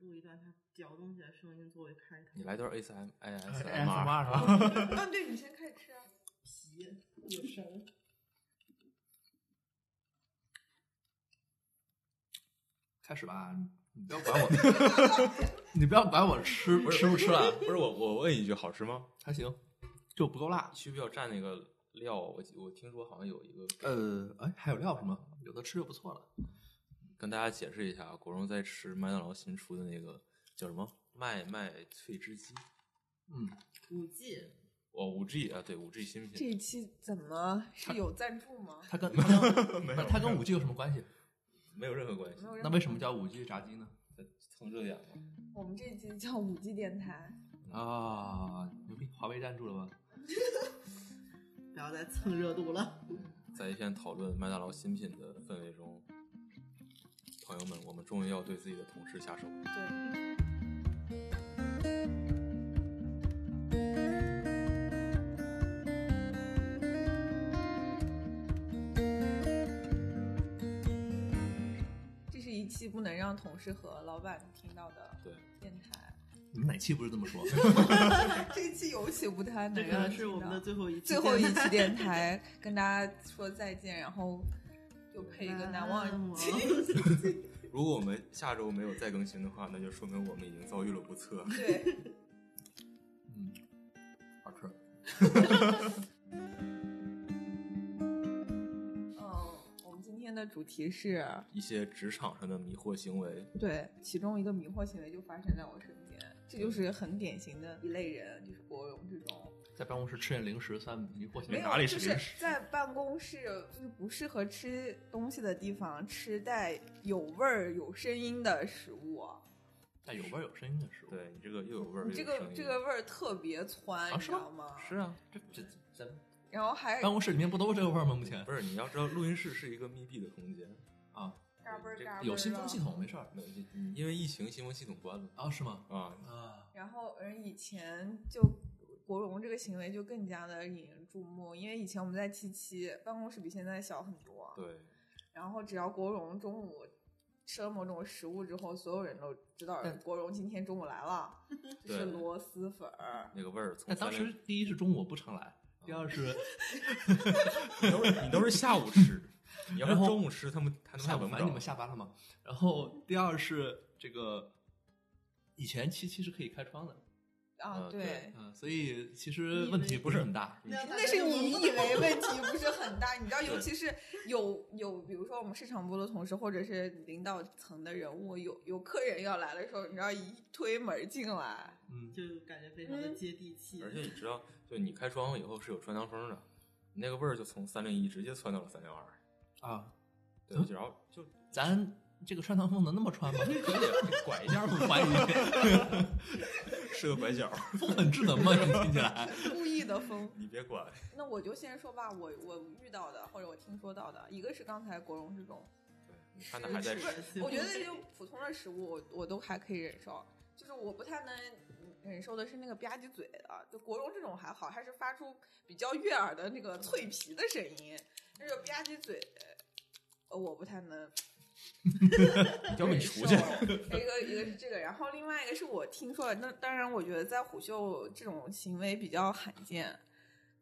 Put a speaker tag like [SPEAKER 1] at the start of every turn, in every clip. [SPEAKER 1] 录一段他嚼东西的声音作为开头。
[SPEAKER 2] 你来段 S M 呃 A S M
[SPEAKER 3] ，S M
[SPEAKER 2] R，
[SPEAKER 3] R 是 吧？
[SPEAKER 1] 啊，对，你先开始吃啊。皮有声儿，
[SPEAKER 2] 开始吧，你不要管 我，你不要管我吃吃不吃啊？不是我，我问一句，好吃吗？
[SPEAKER 3] 还行，就不够辣。
[SPEAKER 2] 需不需要蘸那个料？我我听说好像有一个，
[SPEAKER 3] 呃，哎，还有料是吗？有的吃就不错了。
[SPEAKER 2] 跟大家解释一下，国荣在吃麦当劳新出的那个叫什么麦麦脆汁鸡，
[SPEAKER 3] 嗯，
[SPEAKER 1] 五 G
[SPEAKER 2] 哦，五 G 啊，对，五 G 新
[SPEAKER 4] 这
[SPEAKER 2] 品，
[SPEAKER 4] 一期怎么是有赞助吗？
[SPEAKER 3] 它跟它跟
[SPEAKER 2] 没有
[SPEAKER 3] 不是它跟五 G 有什么关系？
[SPEAKER 2] 没有任何关系
[SPEAKER 4] 没，有任
[SPEAKER 3] 那
[SPEAKER 4] 何
[SPEAKER 3] 为什么叫五 G 炸鸡呢？
[SPEAKER 2] 蹭热点嘛。
[SPEAKER 4] 我们这一期叫五 G 电台？
[SPEAKER 3] 啊，牛逼！华为赞助了吧？
[SPEAKER 1] 不要再蹭热度了。
[SPEAKER 2] 在一片讨论麦当劳新品的氛围中，朋友们，我们终于要对自己的同事下手。
[SPEAKER 4] 对，嗯这是一期不能让同事和老板听到的
[SPEAKER 2] 对，
[SPEAKER 4] 电台，
[SPEAKER 3] 你们哪期不是这么说？
[SPEAKER 4] 这一期尤其不太能
[SPEAKER 1] 这
[SPEAKER 4] 让
[SPEAKER 1] 个
[SPEAKER 4] 人
[SPEAKER 1] 是我
[SPEAKER 4] 听
[SPEAKER 1] 们的
[SPEAKER 4] 到。
[SPEAKER 1] 最后一期，
[SPEAKER 4] 最后一 期电台跟大家说再见，然后就配一个
[SPEAKER 1] 嗯
[SPEAKER 4] 难忘人。
[SPEAKER 2] 如果我们下周没有再更新的话，那就说明我们已经遭遇了不测。
[SPEAKER 4] 对。
[SPEAKER 3] 嗯， 好吃。
[SPEAKER 4] 嗯，我们今天的主题是
[SPEAKER 2] 一些职场上的迷惑行为，
[SPEAKER 4] 对，其中一个迷惑行为就发生在我身边，这就是很典型的一类人，就是国荣这种
[SPEAKER 3] 在办公室吃点零食算迷惑行
[SPEAKER 4] 没
[SPEAKER 3] 为？
[SPEAKER 4] 有
[SPEAKER 3] 哪里
[SPEAKER 4] 就是
[SPEAKER 3] 零食？
[SPEAKER 4] 是在办公室就是不适合吃东西的地方吃带有味儿、有声音的食物，
[SPEAKER 3] 但有味儿有声音的食物。，
[SPEAKER 2] 对你这个又有味儿，
[SPEAKER 4] 你
[SPEAKER 2] 又
[SPEAKER 4] 这
[SPEAKER 2] 有
[SPEAKER 4] 个
[SPEAKER 2] 声音
[SPEAKER 4] 这个味儿特别
[SPEAKER 3] 啊
[SPEAKER 4] 窜，你
[SPEAKER 3] 是
[SPEAKER 4] 知
[SPEAKER 3] 吗
[SPEAKER 4] 道吗？
[SPEAKER 2] 是啊，
[SPEAKER 3] 这这咱们
[SPEAKER 4] 然后还
[SPEAKER 3] 办公室里面不都是这个味儿吗？目前
[SPEAKER 2] 不是你要知道，录音室是一个密闭的空间，
[SPEAKER 3] 啊，
[SPEAKER 4] 嘎嘣儿
[SPEAKER 2] 这
[SPEAKER 4] 嘎嘣儿啊
[SPEAKER 3] 有嗯新
[SPEAKER 4] 的
[SPEAKER 3] 风系统没事儿。
[SPEAKER 2] 那你你因为疫情新闻系统关了
[SPEAKER 3] 啊，是吗？
[SPEAKER 2] 啊，
[SPEAKER 3] 啊，
[SPEAKER 4] 然后，而以前就国荣这个行为就更加的引人注目，因为以前我们在七七办公室比现在小很多，
[SPEAKER 2] 对，
[SPEAKER 4] 然后只要国荣中午吃了某种食物之后，所有人都知道
[SPEAKER 3] 但
[SPEAKER 4] 国荣今天中午来 了，就
[SPEAKER 2] 对
[SPEAKER 4] 是螺蛳粉儿。啊
[SPEAKER 2] 那个味儿从
[SPEAKER 3] 那当时第一是中午我不常来，第二是
[SPEAKER 2] 你都是你都是下午吃，你要是
[SPEAKER 3] 然后
[SPEAKER 2] 中午吃，他们他们还
[SPEAKER 3] 啊下午
[SPEAKER 2] 闻不
[SPEAKER 3] 反正你们
[SPEAKER 2] 着。
[SPEAKER 3] 下班了嘛。然后第二是这个，以前七七是可以开窗的，
[SPEAKER 4] 啊，
[SPEAKER 2] 呃对
[SPEAKER 3] 嗯，所以其实问题不是很大。
[SPEAKER 1] 嗯
[SPEAKER 2] 你
[SPEAKER 4] 那是你以为问题不是很大，你知道，尤其是有有，比如说我们市场部的同事或者是领导层的人物，有有客人要来的时候，你知道一推门进来，
[SPEAKER 3] 嗯，
[SPEAKER 1] 就感觉非常的接地气。
[SPEAKER 2] 而且你知道，就你开窗户以后是有穿堂风的，你那个味儿就从三零一直接窜到了三零二，
[SPEAKER 3] 啊，
[SPEAKER 2] 对，只要就
[SPEAKER 3] 咱这个穿堂风能那么穿吗？拐一下不怀疑，
[SPEAKER 2] 是个拐角，
[SPEAKER 3] 风很智能吗？你听起 来？
[SPEAKER 4] 故意的风。
[SPEAKER 2] 你别管。
[SPEAKER 4] 那我就先说吧，我我遇到的或者我听说到的，一个是刚才国荣这种，
[SPEAKER 2] 对，你看他还在吃，
[SPEAKER 1] 吃
[SPEAKER 4] 我觉得 就普通的食物我我都还可以忍受，就是我不太能忍受的是那个吧唧嘴的，就国荣这种还好，它是发出比较悦耳的那个脆皮的声音，那个吧唧嘴。呃我不太能
[SPEAKER 2] 交给
[SPEAKER 4] 忍
[SPEAKER 2] 厨
[SPEAKER 4] 受，
[SPEAKER 2] 去。
[SPEAKER 4] 一个一个是这个，然后另外一个是我听说的，那当然我觉得在虎嗅这种行为比较罕见。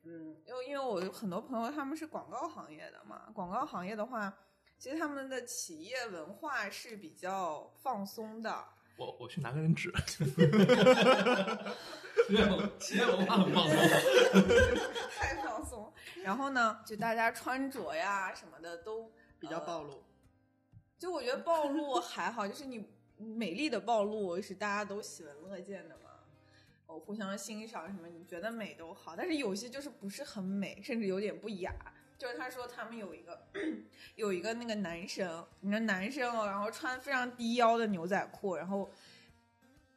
[SPEAKER 4] 嗯，因为因为我有很多朋友他们是广告行业的嘛，广告行业的话，其实他们的企业文化是比较放松的。
[SPEAKER 3] 我我去拿根 纸。没有，企业文化很棒。
[SPEAKER 4] 太放松。然后呢，就大家穿着呀什么的都
[SPEAKER 1] 比较暴露，
[SPEAKER 4] 就我觉得暴露还好，就是你美丽的暴露是大家都喜闻乐见的嘛，我互相欣赏什么，你觉得美都好。但是有些就是不是很美，甚至有点不雅。就是他说他们有一个有一个那个男生，你的男生哦，然后穿非常低腰的牛仔裤，然后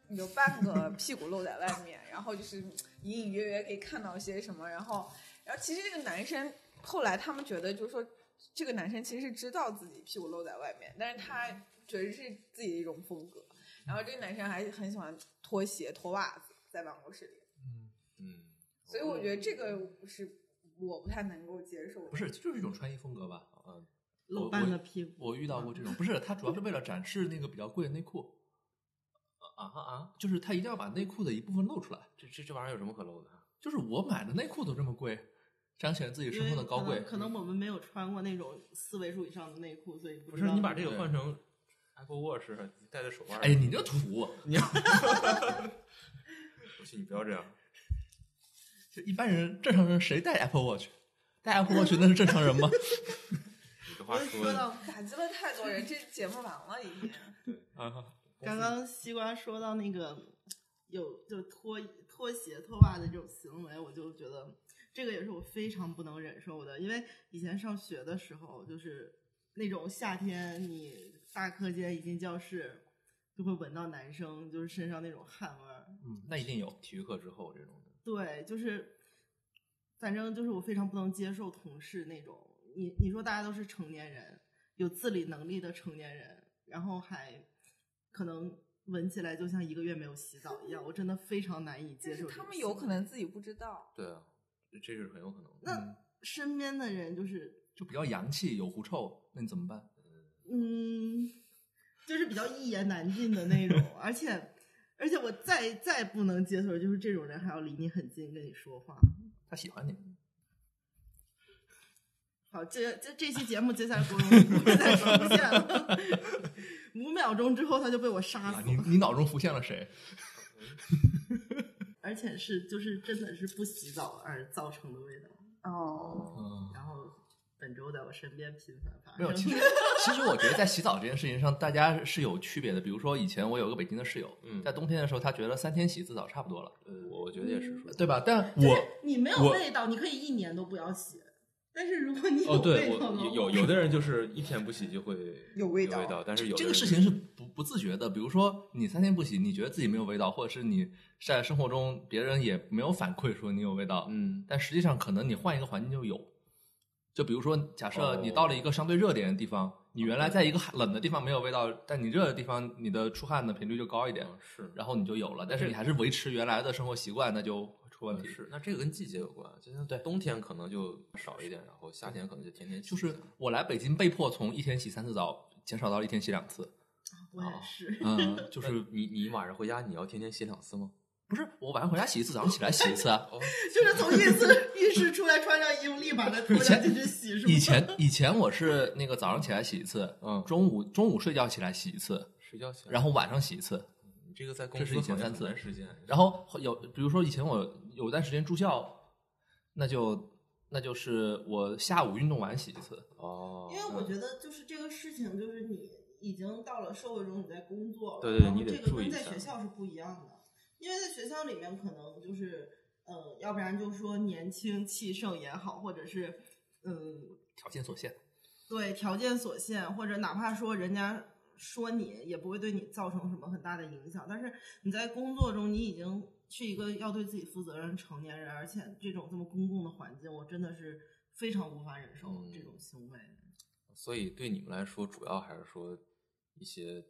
[SPEAKER 4] 有半个屁股露在外面，然后就是隐隐约约可以看到些什么，然后然后其实这个男生后来他们觉得就是说这个男生其实是知道自己屁股露在外面，但是他觉得是自己的一种风格。然后这个男生还很喜欢脱鞋、脱袜子在办公室里，
[SPEAKER 2] 嗯，
[SPEAKER 4] 所以我觉得这个是我不太能够接受的。
[SPEAKER 3] 不是，就是一种穿衣风格吧？嗯，
[SPEAKER 1] 露半个屁股。嗯
[SPEAKER 3] 我遇到过这种，不是，他主要是为了展示那个比较贵的内裤。
[SPEAKER 2] 啊啊！
[SPEAKER 3] 就是他一定要把内裤的一部分露出来。
[SPEAKER 2] 这这这玩意儿有什么可露的？
[SPEAKER 3] 就是我买的内裤都这么贵，彰显自己
[SPEAKER 1] 因
[SPEAKER 3] 身
[SPEAKER 1] 为
[SPEAKER 3] 份的
[SPEAKER 1] 可
[SPEAKER 3] 高
[SPEAKER 1] 能
[SPEAKER 3] 贵。
[SPEAKER 1] 可能我们没有穿过那种四位数以上的内裤，所以不
[SPEAKER 2] 不
[SPEAKER 1] 知道
[SPEAKER 2] 是你把这个换成 Apple Watch 戴在手腕儿
[SPEAKER 3] 哎，你这土，
[SPEAKER 2] 你要，不行，你不要这样。
[SPEAKER 3] 就一般人正常人谁戴 Apple Watch？戴 Apple Watch 那是正常人吗？
[SPEAKER 2] 你这话
[SPEAKER 1] 我就
[SPEAKER 2] 说
[SPEAKER 1] 说
[SPEAKER 2] 的，
[SPEAKER 1] 到
[SPEAKER 4] 打击了太多人，这节目完了已 经。
[SPEAKER 3] 啊，
[SPEAKER 1] 刚刚西瓜说到那个有就脱脱鞋脱袜的这种行为，我就觉得这个也是我非常不能忍受的。因为以前上学的时候，就是那种夏天你大课间一进教室，就会闻到男生就是身上那种汗味儿，
[SPEAKER 3] 嗯，那一定有体育课之后这种的。
[SPEAKER 1] 对，就是，反正就是我非常不能接受同事那种。你你说大家都是成年人，有自理能力的成年人，然后还可能闻起来就像一个月没有洗澡一样，我真的非常难以接
[SPEAKER 4] 但是
[SPEAKER 1] 受。
[SPEAKER 4] 他们有可。能自己不知道，
[SPEAKER 2] 对啊，这这是很有可能的。
[SPEAKER 1] 那
[SPEAKER 3] 嗯
[SPEAKER 1] 身边的人就是，
[SPEAKER 3] 就比较洋气，有狐臭，那你怎么办？
[SPEAKER 1] 嗯，就是比较一言难尽的那种，而且。而且我再再不能接受，就是这种人还要离你很近跟你说话。
[SPEAKER 3] 他喜欢你，
[SPEAKER 1] 好，这这这期节目接下来不会不会再出现了。 五秒钟之后他就被我杀
[SPEAKER 3] 啊
[SPEAKER 1] 死
[SPEAKER 3] 你
[SPEAKER 1] 了，
[SPEAKER 3] 你脑中浮现了谁？
[SPEAKER 1] 而且是就是真的是不洗澡而造成的味道。
[SPEAKER 4] 哦，
[SPEAKER 3] 嗯，
[SPEAKER 1] 然后本周在我身边频繁发
[SPEAKER 3] 没有，其
[SPEAKER 1] 生
[SPEAKER 3] 实。其实我觉得在洗澡这件事情上，大家是有区别的。比如说以前我有个北京的室友，
[SPEAKER 2] 嗯
[SPEAKER 3] 在冬天的时候，他觉得三天洗一次澡差不多了，
[SPEAKER 2] 呃，我我觉得也是说，
[SPEAKER 3] 对吧？但
[SPEAKER 1] 就是
[SPEAKER 3] 我
[SPEAKER 1] 你没有
[SPEAKER 2] 我
[SPEAKER 1] 味道，你可以一年都不要洗。但是如果你有
[SPEAKER 2] 哦，
[SPEAKER 1] 味
[SPEAKER 2] 对我
[SPEAKER 1] 道的话，
[SPEAKER 2] 有有的人就是一天不洗就会
[SPEAKER 4] 有
[SPEAKER 2] 有
[SPEAKER 4] 味道
[SPEAKER 2] 味道，但是有的
[SPEAKER 3] 这个
[SPEAKER 2] 人
[SPEAKER 3] 事情是不不自觉的。比如说你三天不洗，你觉得自己没有味道，或者是你在生活中别人也没有反馈说你有味道，
[SPEAKER 2] 嗯，
[SPEAKER 3] 但实际上可能你换一个环境就有。就比如说，假设
[SPEAKER 2] 哦
[SPEAKER 3] 你到了一个相对热点的地方，你原来在一个冷的地方没有味道，但你热的地方你的出汗的频率就高一点，
[SPEAKER 2] 嗯是
[SPEAKER 3] 然后你就有了。但是你还是维持原来的生活习惯，那就出问题。
[SPEAKER 2] 是，那这个跟季节有关，啊就像
[SPEAKER 3] 对
[SPEAKER 2] 冬天可能就少一点，然后夏天可能就天天洗
[SPEAKER 3] 就是我来北京被迫从一天洗三次澡减少到一天洗两次，
[SPEAKER 1] 我也是。
[SPEAKER 3] 嗯，
[SPEAKER 2] 就
[SPEAKER 3] 就
[SPEAKER 2] 是是你你晚上回家你要天天洗两次吗？
[SPEAKER 3] 不是我晚上回家洗一次，早上起来洗一次啊。
[SPEAKER 2] 哦，
[SPEAKER 1] 就是从浴室浴室出来，穿上衣服，立马再脱
[SPEAKER 3] 以前
[SPEAKER 1] 掉进去洗，是吗？
[SPEAKER 3] 以前以前我是那个早上起来洗一次，
[SPEAKER 2] 嗯，
[SPEAKER 3] 中午中午睡觉起来洗一次，
[SPEAKER 2] 睡觉前，
[SPEAKER 3] 然后晚上洗一次，
[SPEAKER 2] 你这个在公
[SPEAKER 3] 这
[SPEAKER 2] 司
[SPEAKER 3] 是以前
[SPEAKER 2] 好像
[SPEAKER 3] 三次
[SPEAKER 2] 很难实践，
[SPEAKER 3] 然后有比如说以前我有段时间住校，那就那就是我下午运动完洗一次，
[SPEAKER 2] 哦，
[SPEAKER 1] 因为我觉得就是这个事情，就是你已经到了社会中，你在工作了，
[SPEAKER 2] 对对对
[SPEAKER 1] 然后
[SPEAKER 2] 你得
[SPEAKER 1] 这个
[SPEAKER 2] 注意
[SPEAKER 1] 跟
[SPEAKER 2] 一
[SPEAKER 1] 在
[SPEAKER 2] 下
[SPEAKER 1] 学校是不一样的，因为在学校里面可能就是呃，要不然就说年轻气盛也好，或者是嗯，
[SPEAKER 3] 条件所限。
[SPEAKER 1] 对条件所限，或者哪怕说人家说你也不会对你造成什么很大的影响，但是你在工作中，你已经是一个要对自己负责任的成年人，而且这种这么公共的环境，我真的是非常无法忍受
[SPEAKER 2] 嗯
[SPEAKER 1] 这种行为。
[SPEAKER 2] 所以对你们来说，主要还是说一些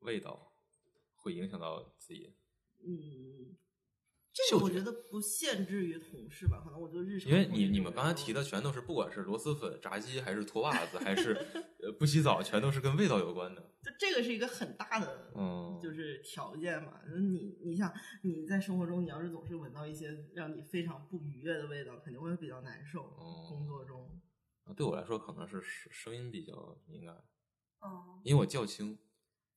[SPEAKER 2] 味道会影响到自己。
[SPEAKER 1] 嗯，这
[SPEAKER 3] 嗅
[SPEAKER 1] 个我
[SPEAKER 3] 觉
[SPEAKER 1] 觉得不限制于同事吧，可能我就日常
[SPEAKER 2] 因为
[SPEAKER 1] 会
[SPEAKER 2] 你
[SPEAKER 1] 有
[SPEAKER 2] 你
[SPEAKER 1] 这
[SPEAKER 2] 们
[SPEAKER 1] 种
[SPEAKER 2] 刚才提的
[SPEAKER 1] 人
[SPEAKER 2] 全都是，不管是螺蛳粉、炸鸡，还是脱袜子，还是呃不洗澡，全都是跟味道有关的。
[SPEAKER 1] 就这个是一个很大的
[SPEAKER 2] 嗯，
[SPEAKER 1] 就是条件嘛。就是你你想你在生活中，你要是总是闻到一些让你非常不愉悦的味道，肯定会比较难受。
[SPEAKER 2] 哦
[SPEAKER 1] 工作中，
[SPEAKER 2] 啊对我来说可能是声声音比较敏感，
[SPEAKER 4] 哦，
[SPEAKER 2] 因为我较轻，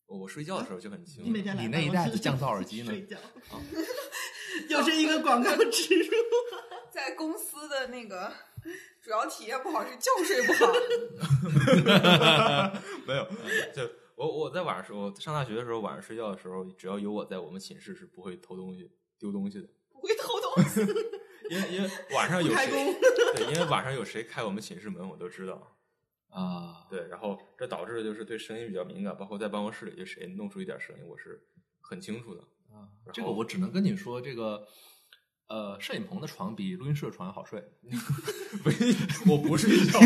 [SPEAKER 2] 我我睡觉的时候就很轻。
[SPEAKER 1] 啊你每天来
[SPEAKER 3] 你
[SPEAKER 1] 办
[SPEAKER 3] 那一
[SPEAKER 1] 公
[SPEAKER 3] 代
[SPEAKER 1] 室
[SPEAKER 3] 就降噪耳机呢
[SPEAKER 1] 睡觉，又是一个广告植入。
[SPEAKER 4] 在公司的那个 主要体验不好是觉睡不好，
[SPEAKER 2] 没有，就我我在晚上时候，我上大学的时候晚上睡觉的时候，只要有我在，我们寝室是不会偷东西、丢东西的，
[SPEAKER 4] 不会偷东西。
[SPEAKER 2] 因为因为晚上有
[SPEAKER 1] 不开
[SPEAKER 2] 谁
[SPEAKER 1] 工
[SPEAKER 2] 对，因为晚上有谁开我们寝室门，我都知道。
[SPEAKER 3] 啊，
[SPEAKER 2] 对，然后这导致就是对声音比较敏感，包括在办公室里，就谁弄出一点声音，我是很清楚的。
[SPEAKER 3] 啊
[SPEAKER 2] 然
[SPEAKER 3] 这个
[SPEAKER 2] 后
[SPEAKER 3] 我只能跟你说，这个呃，摄影棚的床比录音室的床要好睡。
[SPEAKER 2] 不是，我不睡觉。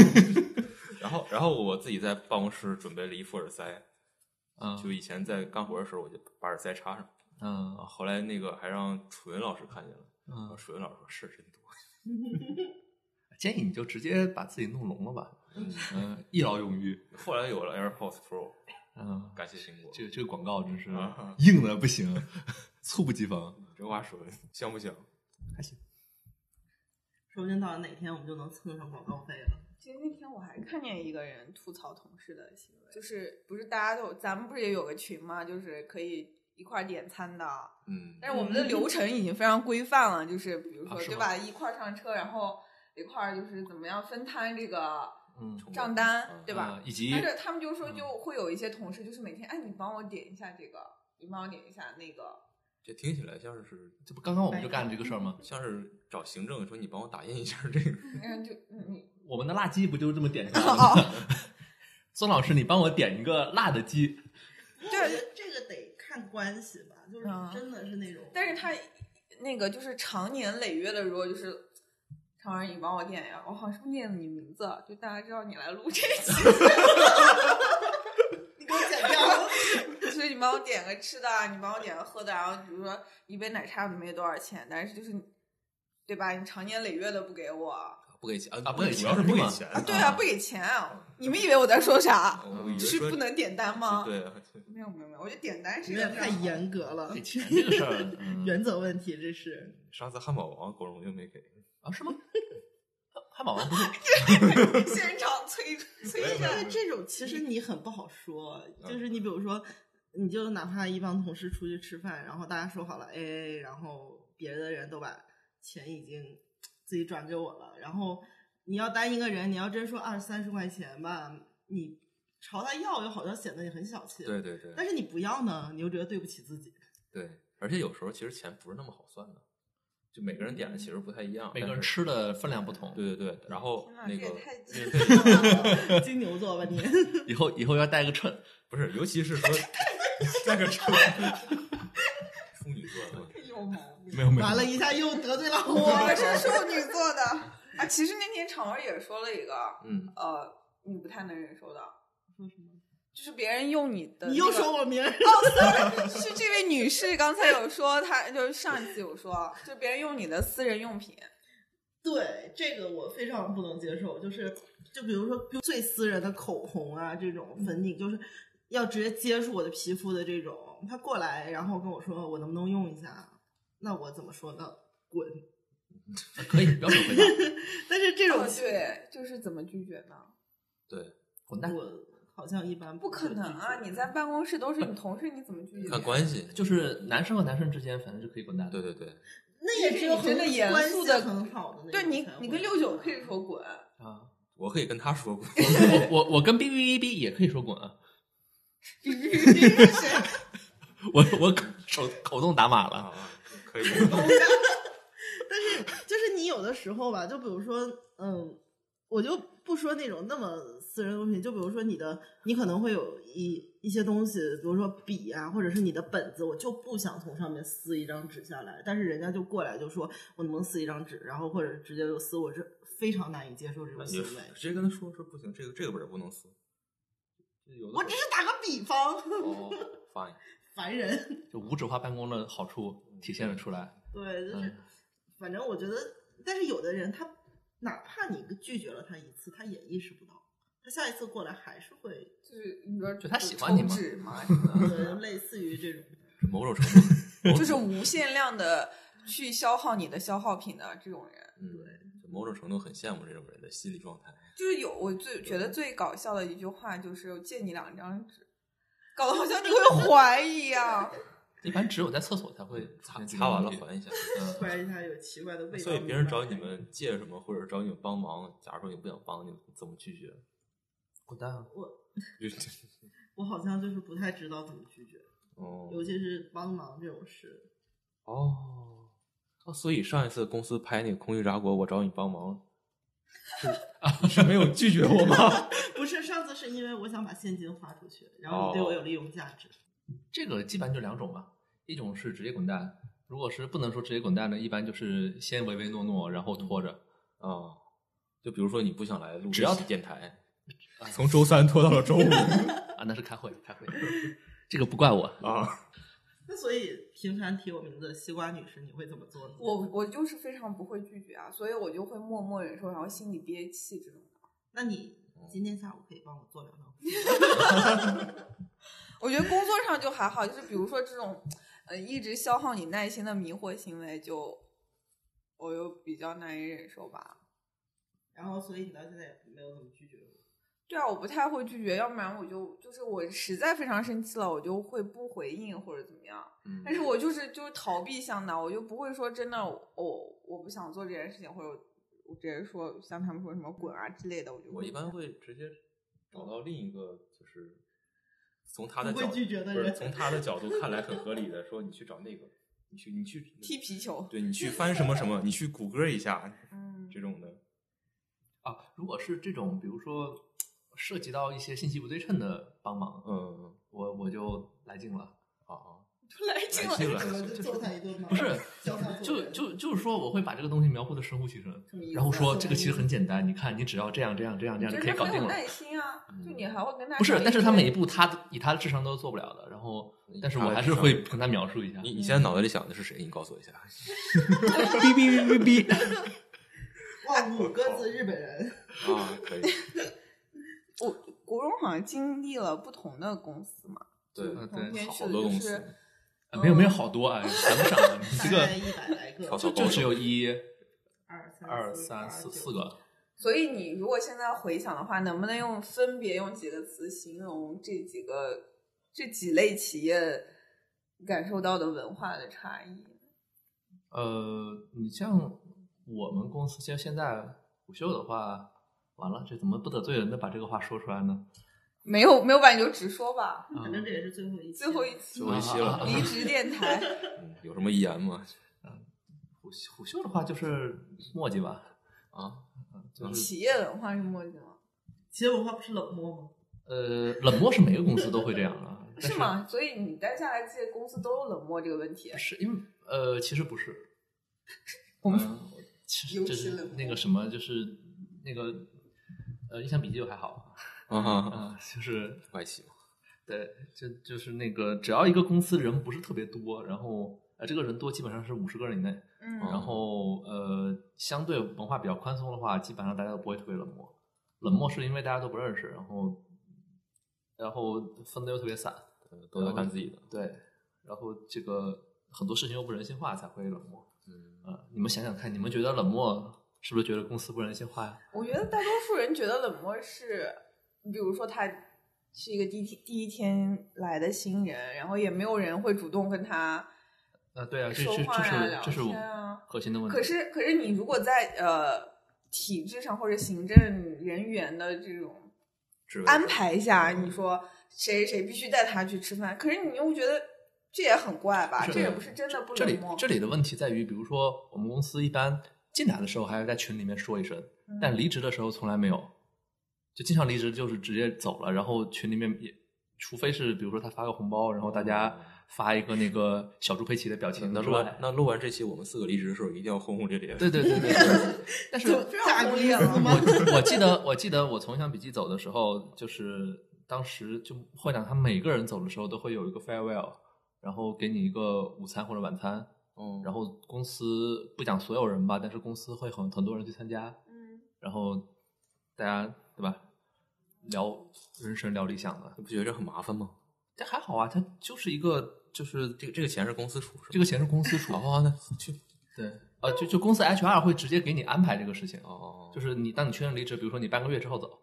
[SPEAKER 2] 然后，然后我自己在办公室准备了一副耳塞，
[SPEAKER 3] 嗯
[SPEAKER 2] 就以前在干活的时候，我就把耳塞插上。
[SPEAKER 3] 嗯
[SPEAKER 2] 啊，后来那个还让楚云老师看见了，然后
[SPEAKER 3] 嗯，
[SPEAKER 2] 楚云老师说事儿真多。
[SPEAKER 3] 建议你就直接把自己弄聋了吧。嗯，一劳永逸。
[SPEAKER 2] 后来有了 AirPods Pro，
[SPEAKER 3] 嗯，
[SPEAKER 2] 感谢苹果。
[SPEAKER 3] 这这个广告真是
[SPEAKER 2] 啊
[SPEAKER 3] 硬的不行， 猝不及防。
[SPEAKER 2] 这话说的香不香？
[SPEAKER 1] 说不定到了哪天我们就能蹭上广告费了。
[SPEAKER 4] 其实那天我还看见一个人吐槽同事的行为，就是不是大家都，咱们不是也有个群嘛，就是可以一块儿点餐的，
[SPEAKER 2] 嗯，
[SPEAKER 4] 但是我们的流程已经非常规范了，就是比如说、
[SPEAKER 2] 啊是吗
[SPEAKER 4] 对吧，一块儿上车，然后一块儿就是怎么样分摊这个
[SPEAKER 3] 嗯，
[SPEAKER 4] 账单，
[SPEAKER 2] 嗯
[SPEAKER 4] 对吧？
[SPEAKER 3] 嗯？以及
[SPEAKER 4] 但是他们就说
[SPEAKER 3] 嗯
[SPEAKER 4] 就会有一些同事就是每天，哎，你帮我点一下这个，你帮我点一下那个，
[SPEAKER 2] 这听起来像是
[SPEAKER 3] 这不刚刚我
[SPEAKER 4] 哎
[SPEAKER 3] 们就干了这个事儿吗？
[SPEAKER 2] 像是找行政说你帮我打印一下这个。
[SPEAKER 4] 然后就嗯你
[SPEAKER 3] 我们的辣鸡不就是这么点出 来的吗？孙老师，你帮我点一个辣的鸡。
[SPEAKER 1] 不过我觉得这个得看关系吧，就是
[SPEAKER 4] 啊
[SPEAKER 1] 真的是那种，
[SPEAKER 4] 但是他那个就是常年累月的，如果就是常人你帮我点呀，我好像是不是念了你名字，啊就大家知道你来录这一期，
[SPEAKER 1] 你给我剪掉。
[SPEAKER 4] 所以你帮我点个吃的啊，你帮我点个喝的啊，然后比如说一杯奶茶没多少钱，但是就是你对吧？你常年累月的不给我啊，
[SPEAKER 2] 不给钱
[SPEAKER 3] 啊不给钱
[SPEAKER 2] 主要是不给
[SPEAKER 3] 是吗
[SPEAKER 2] 钱
[SPEAKER 4] 对啊，不给钱啊，你们以为我在说啥？
[SPEAKER 2] 我以为
[SPEAKER 4] 是
[SPEAKER 2] 说
[SPEAKER 4] 不能点单吗？
[SPEAKER 2] 对啊，
[SPEAKER 4] 没有没有没有，我觉得点单是
[SPEAKER 1] 你
[SPEAKER 4] 一
[SPEAKER 1] 们也
[SPEAKER 4] 个
[SPEAKER 1] 太严格了
[SPEAKER 3] 给，钱这个事
[SPEAKER 2] 啊
[SPEAKER 3] 儿， 嗯
[SPEAKER 1] 原则问题这是。
[SPEAKER 2] 上次汉堡王狗荣就没给，
[SPEAKER 3] 啊是吗？汉堡王不是
[SPEAKER 4] 现场催催啊
[SPEAKER 2] 没有没
[SPEAKER 4] 一下
[SPEAKER 2] 有。
[SPEAKER 1] 但这种其实你很不好说，就是你比如说，你就哪怕一帮同事出去吃饭，然后大家说好了 A A，然后别的人都把钱已经自己转给我了，然后你要单一个人，你要真说二三十块钱吧，你朝他要又好像显得你很小气，
[SPEAKER 2] 对对对
[SPEAKER 1] 但是你不要呢，你又觉得对不起自 己。
[SPEAKER 2] 对，而且有时候其实钱不是那么好算的，就每个人点的其实不太一样，
[SPEAKER 3] 每个
[SPEAKER 2] 但
[SPEAKER 3] 人
[SPEAKER 2] 是
[SPEAKER 3] 吃的分量不同。
[SPEAKER 2] 对对对，然后
[SPEAKER 4] 天呐
[SPEAKER 2] 那
[SPEAKER 4] 这也
[SPEAKER 2] 个
[SPEAKER 4] 太
[SPEAKER 2] 运
[SPEAKER 4] 贱
[SPEAKER 2] 费
[SPEAKER 1] 金牛座 吧你，
[SPEAKER 3] 以后以后要带个秤，
[SPEAKER 2] 不是，尤其是 说那个车，处女座的问题
[SPEAKER 4] 有毛病。
[SPEAKER 3] 没有没有
[SPEAKER 1] 完了一下又得 罪了
[SPEAKER 4] 我
[SPEAKER 1] 我
[SPEAKER 4] 们。是处女座的啊。其实那天常文也说了一个，
[SPEAKER 2] 嗯，
[SPEAKER 4] 呃，你不太能忍受的，
[SPEAKER 1] 说什么
[SPEAKER 4] 就是别人用你的、
[SPEAKER 1] 你又说我名儿，
[SPEAKER 4] 是这位女士刚才有说，她就是上一期有说，就别人用你的私人用品，
[SPEAKER 1] 对这个我非常不能接受，就是就比如说比如最私人的口红啊，这种粉底就是要直接接触我的皮肤的这种，他过来然后跟我说我能不能用一下，那我怎么说呢？滚！
[SPEAKER 3] 可以标准回答，
[SPEAKER 1] 但是这种
[SPEAKER 4] 哦对，就是怎么拒绝呢？
[SPEAKER 2] 对，
[SPEAKER 3] 滚蛋！
[SPEAKER 1] 我好像一般
[SPEAKER 4] 不可能啊！
[SPEAKER 1] 会拒绝
[SPEAKER 4] 你在办公室都是你同事，你怎么
[SPEAKER 3] 啊
[SPEAKER 4] 拒绝？
[SPEAKER 2] 看关系，
[SPEAKER 3] 就是男生和男生之间，反正就可以滚蛋。
[SPEAKER 2] 对对对，
[SPEAKER 1] 那也只有很
[SPEAKER 4] 真的严
[SPEAKER 1] 关系
[SPEAKER 4] 肃地
[SPEAKER 1] 很好的那种
[SPEAKER 4] 对你
[SPEAKER 1] 才，
[SPEAKER 4] 你
[SPEAKER 1] 会
[SPEAKER 4] 跟六九可以 说滚，
[SPEAKER 3] 啊，
[SPEAKER 2] 我可以跟他说过，
[SPEAKER 3] 我 我我跟哔哔哔哔也可以说滚啊，我我手口动打码了。
[SPEAKER 2] 啊，可 以，
[SPEAKER 1] 就是你有的时候吧，就比如说，嗯，我就不说那种那么私人的东西，就比如说你的，你可能会有一一些东西，比如说笔啊，或者是你的本子，我就不想从上面撕一张纸下来，但是人家就过来就说我能不能撕一张纸，然后或者直接就撕，我是非常难以接受这种
[SPEAKER 2] 你
[SPEAKER 1] 行
[SPEAKER 2] 就
[SPEAKER 1] 为。
[SPEAKER 2] 直接跟他说说不行，这个这个本儿不能撕，就有的
[SPEAKER 1] 我只是打个比方，
[SPEAKER 2] 哦，fine，
[SPEAKER 1] 烦人。
[SPEAKER 3] 就无纸化办公的好处体现了出来。
[SPEAKER 1] 对，就是、
[SPEAKER 3] 嗯
[SPEAKER 1] 反正我觉得，但是有的人他哪怕你拒绝了他一次，他也意识不到，他下一次过来还是会。
[SPEAKER 4] 就是你说
[SPEAKER 3] 就他喜欢你吗
[SPEAKER 4] 抽纸嘛什么
[SPEAKER 1] 对，
[SPEAKER 4] 的
[SPEAKER 1] 类似于这种。
[SPEAKER 2] 啊某种 程度， 某种
[SPEAKER 4] 就是无限量的去消耗你的消耗品的这种人，
[SPEAKER 2] 嗯，就某种程度很羡慕这种人的心理状态，
[SPEAKER 4] 就是有我最觉得最搞笑的一句话就是借你两张纸，搞得好像你会怀疑啊。
[SPEAKER 3] 一般只有在厕所才会
[SPEAKER 2] 擦
[SPEAKER 3] 出现这
[SPEAKER 2] 擦
[SPEAKER 3] 种
[SPEAKER 2] 完了
[SPEAKER 3] 问题
[SPEAKER 2] 还一下，嗯
[SPEAKER 1] 突然一下有奇怪的味道。
[SPEAKER 2] 所以别人找你们借什么或者找你们帮忙，假如说你不想帮，你怎么拒绝？
[SPEAKER 3] 滚蛋 啊！
[SPEAKER 2] 就是
[SPEAKER 1] 我好像就是不太知道怎么拒绝，
[SPEAKER 2] 哦
[SPEAKER 1] 尤其是帮忙这种事。
[SPEAKER 2] 哦，哦，所以上一次公司拍那个《空气炸锅》，我找你帮忙，是你是没有拒绝我吗？
[SPEAKER 1] 不是上次是因为我想把现金花出去，然后你对我
[SPEAKER 2] 哦
[SPEAKER 1] 有利用价值。
[SPEAKER 3] 这个基本上就两种嘛，一种是直接滚蛋，如果是不能说直接滚蛋的，一般就是先唯唯诺诺，然后拖着。
[SPEAKER 2] 啊、就比如说你不想来录，
[SPEAKER 3] 嗯只要
[SPEAKER 2] 电台，哎从周三拖到了周 五
[SPEAKER 3] 啊，那是开会， 开会，这个不怪我。
[SPEAKER 2] 啊，
[SPEAKER 1] 那所以频繁提我名字的西瓜女士，你会怎么做呢？
[SPEAKER 4] 我我就是非常不会拒绝啊，所以我就会默默忍受，然后心里憋气这种。
[SPEAKER 1] 那你今天下午可以帮我做两道。
[SPEAKER 4] 我觉得工作上就还好，就是比如说这种，呃，一直消耗你耐心的迷惑行为就，我又比较难以忍受吧。
[SPEAKER 1] 然后所以你到现在也没有怎么拒绝过。
[SPEAKER 4] 对啊，我不太会拒绝，要不然我就就是我实在非常生气了，我就会不回应或者怎么样。
[SPEAKER 3] 嗯
[SPEAKER 1] 哎
[SPEAKER 4] 但是我就是就是逃避向的，我就不会说真的，我、我不想做这件事情，或者我直接说像他们说什么滚啊之类的，我就
[SPEAKER 2] 我一般会直接找到另一个，就是从他的
[SPEAKER 1] 不会
[SPEAKER 2] 角
[SPEAKER 1] 拒绝的
[SPEAKER 2] 不是
[SPEAKER 1] 人
[SPEAKER 2] 从他的角度看来很合理的，说你去找那个，你去你去
[SPEAKER 4] 踢皮球。
[SPEAKER 2] 对你去翻什么什么，你去谷歌一下
[SPEAKER 4] 嗯，
[SPEAKER 2] 这种的。
[SPEAKER 3] 啊，如果是这种，比如说涉及到一些信息不对称的帮忙，
[SPEAKER 2] 嗯，
[SPEAKER 3] 我我就来劲了。
[SPEAKER 2] 啊
[SPEAKER 3] 哦
[SPEAKER 2] 啊，
[SPEAKER 4] 来劲了
[SPEAKER 2] 来，劲了
[SPEAKER 1] 我就揍他一顿吗？
[SPEAKER 3] 不 是，
[SPEAKER 1] 教他做
[SPEAKER 3] 就
[SPEAKER 1] 人
[SPEAKER 3] 就就是说，我会把这个东西描绘的神乎其神，
[SPEAKER 4] 啊
[SPEAKER 3] 然后说这个其实很简单，你看你只要这样这样这样这样
[SPEAKER 4] 就
[SPEAKER 3] 就是可以搞
[SPEAKER 4] 很
[SPEAKER 3] 定
[SPEAKER 4] 有
[SPEAKER 3] 了。嗯
[SPEAKER 4] 耐心啊，就你还会跟他
[SPEAKER 3] 不是，但是他每一
[SPEAKER 4] 步
[SPEAKER 3] 步他以他的智商都做不了的，然后但是我还
[SPEAKER 2] 他的
[SPEAKER 3] 是
[SPEAKER 2] 智商
[SPEAKER 3] 会跟他描述一下。
[SPEAKER 2] 你你现在脑袋里想的是谁？你告诉我一下。
[SPEAKER 3] 哔哔哔哔哔，
[SPEAKER 1] 哇，五个字日本人，
[SPEAKER 2] 啊，可以。
[SPEAKER 4] 国荣好像经历了不同的公司嘛，
[SPEAKER 2] 对
[SPEAKER 4] 就
[SPEAKER 3] 嗯
[SPEAKER 4] 同
[SPEAKER 3] 对
[SPEAKER 4] 一天去
[SPEAKER 2] 好
[SPEAKER 4] 的
[SPEAKER 2] 多
[SPEAKER 4] 就
[SPEAKER 2] 公
[SPEAKER 4] 是
[SPEAKER 2] 司，
[SPEAKER 3] 啊没有没有好多啊，谈不上啊，你
[SPEAKER 1] 大
[SPEAKER 3] 这 个
[SPEAKER 1] 概一百来个，
[SPEAKER 2] 跳槽
[SPEAKER 3] 就就只有一
[SPEAKER 1] 二三
[SPEAKER 3] 二
[SPEAKER 1] 四
[SPEAKER 3] 三四四
[SPEAKER 1] 个。
[SPEAKER 3] 个。
[SPEAKER 4] 所以你如果现在回想的话，能不能用分别用几个词形容这几个这几类企业感受到的文化的差异？
[SPEAKER 3] 呃，你像我们公司像现在午休的话，完了这怎么不得罪人的把这个话说出来呢？
[SPEAKER 4] 没有没有吧，你就直说吧。
[SPEAKER 3] 嗯
[SPEAKER 1] 反正这也是最后一期
[SPEAKER 4] 最后一
[SPEAKER 2] 嗯
[SPEAKER 4] 期
[SPEAKER 2] 最后一期了。
[SPEAKER 4] 离职电台，
[SPEAKER 2] 嗯有什么遗言吗？
[SPEAKER 3] 虎虎嗅的话就是墨迹吧，
[SPEAKER 2] 啊，
[SPEAKER 3] 就是
[SPEAKER 4] 企业文化是墨迹吗？
[SPEAKER 1] 企业文化不是冷漠吗？
[SPEAKER 3] 呃，冷漠是每个公司都会这样啊，但
[SPEAKER 4] 是？吗？所以你待下来，这些公司都有冷漠这个问题
[SPEAKER 3] 不。是因为呃，其实不是，
[SPEAKER 4] 我们
[SPEAKER 3] 嗯其实
[SPEAKER 4] 尤
[SPEAKER 3] 就
[SPEAKER 4] 其冷
[SPEAKER 3] 是
[SPEAKER 4] 漠
[SPEAKER 3] 那个什么，就是那个呃，印象笔记就还好
[SPEAKER 2] 啊，
[SPEAKER 3] 啊，就是
[SPEAKER 2] 外企嘛。
[SPEAKER 3] 对，就就是那个，只要一个公司人不是特别多，然后呃，这个人多基本上是五十个人以内，
[SPEAKER 4] 嗯
[SPEAKER 2] 啊
[SPEAKER 3] 然后呃，相对文化比较宽松的话，基本上大家都不会特别冷漠。冷漠是因为大家都不认识，然后然后分的又特别散，
[SPEAKER 2] 呃都在干自己的，
[SPEAKER 3] 对，然后这个很多事情又不人性化才会冷漠
[SPEAKER 2] 嗯，
[SPEAKER 3] 啊、你们想想看，你们觉得冷漠是不是觉得公司不人性化呀？
[SPEAKER 4] 我觉得大多数人觉得冷漠是，比如说他是一个第一天第一天来的新人，然后也没有人会主动跟他
[SPEAKER 3] 啊，对啊，这
[SPEAKER 4] 说
[SPEAKER 3] 这
[SPEAKER 4] 话
[SPEAKER 3] 这
[SPEAKER 4] 呀、
[SPEAKER 3] 是
[SPEAKER 4] 聊
[SPEAKER 3] 这是我
[SPEAKER 4] 天啊。
[SPEAKER 3] 核心的问题。
[SPEAKER 4] 可是，可是你如果在呃体制上或者行政人员的这种
[SPEAKER 2] 职位
[SPEAKER 4] 安排下，你说谁谁必须带他去吃饭，可是你又觉得这也很怪吧？
[SPEAKER 3] 是
[SPEAKER 4] 这也不是真的不
[SPEAKER 3] 这
[SPEAKER 4] 冷
[SPEAKER 3] 里
[SPEAKER 4] 漠。
[SPEAKER 3] 这里的问题在于，比如说我们公司一般进来的时候还要在群里面说一声，
[SPEAKER 4] 嗯
[SPEAKER 3] 但离职的时候从来没有，就经常离职就是直接走了，然后群里面也，除非是比如说他发个红包，然后大家发一个那个小猪佩奇的 表情
[SPEAKER 2] 那
[SPEAKER 3] 出
[SPEAKER 2] 录完
[SPEAKER 3] 来。
[SPEAKER 2] 那录完这期，我们四个离职的时候一定要轰轰烈烈。
[SPEAKER 3] 对对 对对对， 但是
[SPEAKER 1] 就炸
[SPEAKER 4] 轰
[SPEAKER 1] 公
[SPEAKER 4] 烈
[SPEAKER 1] 司
[SPEAKER 4] 了
[SPEAKER 1] 吗？
[SPEAKER 3] 我我记得我记得我从印象笔记走的时候，就是当时就会长他每个人走的时候都会有一个 farewell，然后给你一个午餐或者晚餐，
[SPEAKER 2] 嗯，
[SPEAKER 3] 然后公司不讲所有人吧，但是公司会很很多人去参加，
[SPEAKER 4] 嗯，
[SPEAKER 3] 然后大家对吧，聊人生聊理想的，
[SPEAKER 2] 你不觉得这很麻烦吗？
[SPEAKER 3] 但还好啊，它就是一个就是
[SPEAKER 2] 这个这个钱是公司出，
[SPEAKER 3] 这个钱是公司出，
[SPEAKER 2] 好啊，那去
[SPEAKER 3] 对，呃，就就公司 HR 会直接给你安排这个事情，
[SPEAKER 2] 哦，
[SPEAKER 3] 就是你当你确认离职，比如说你半个月之后走。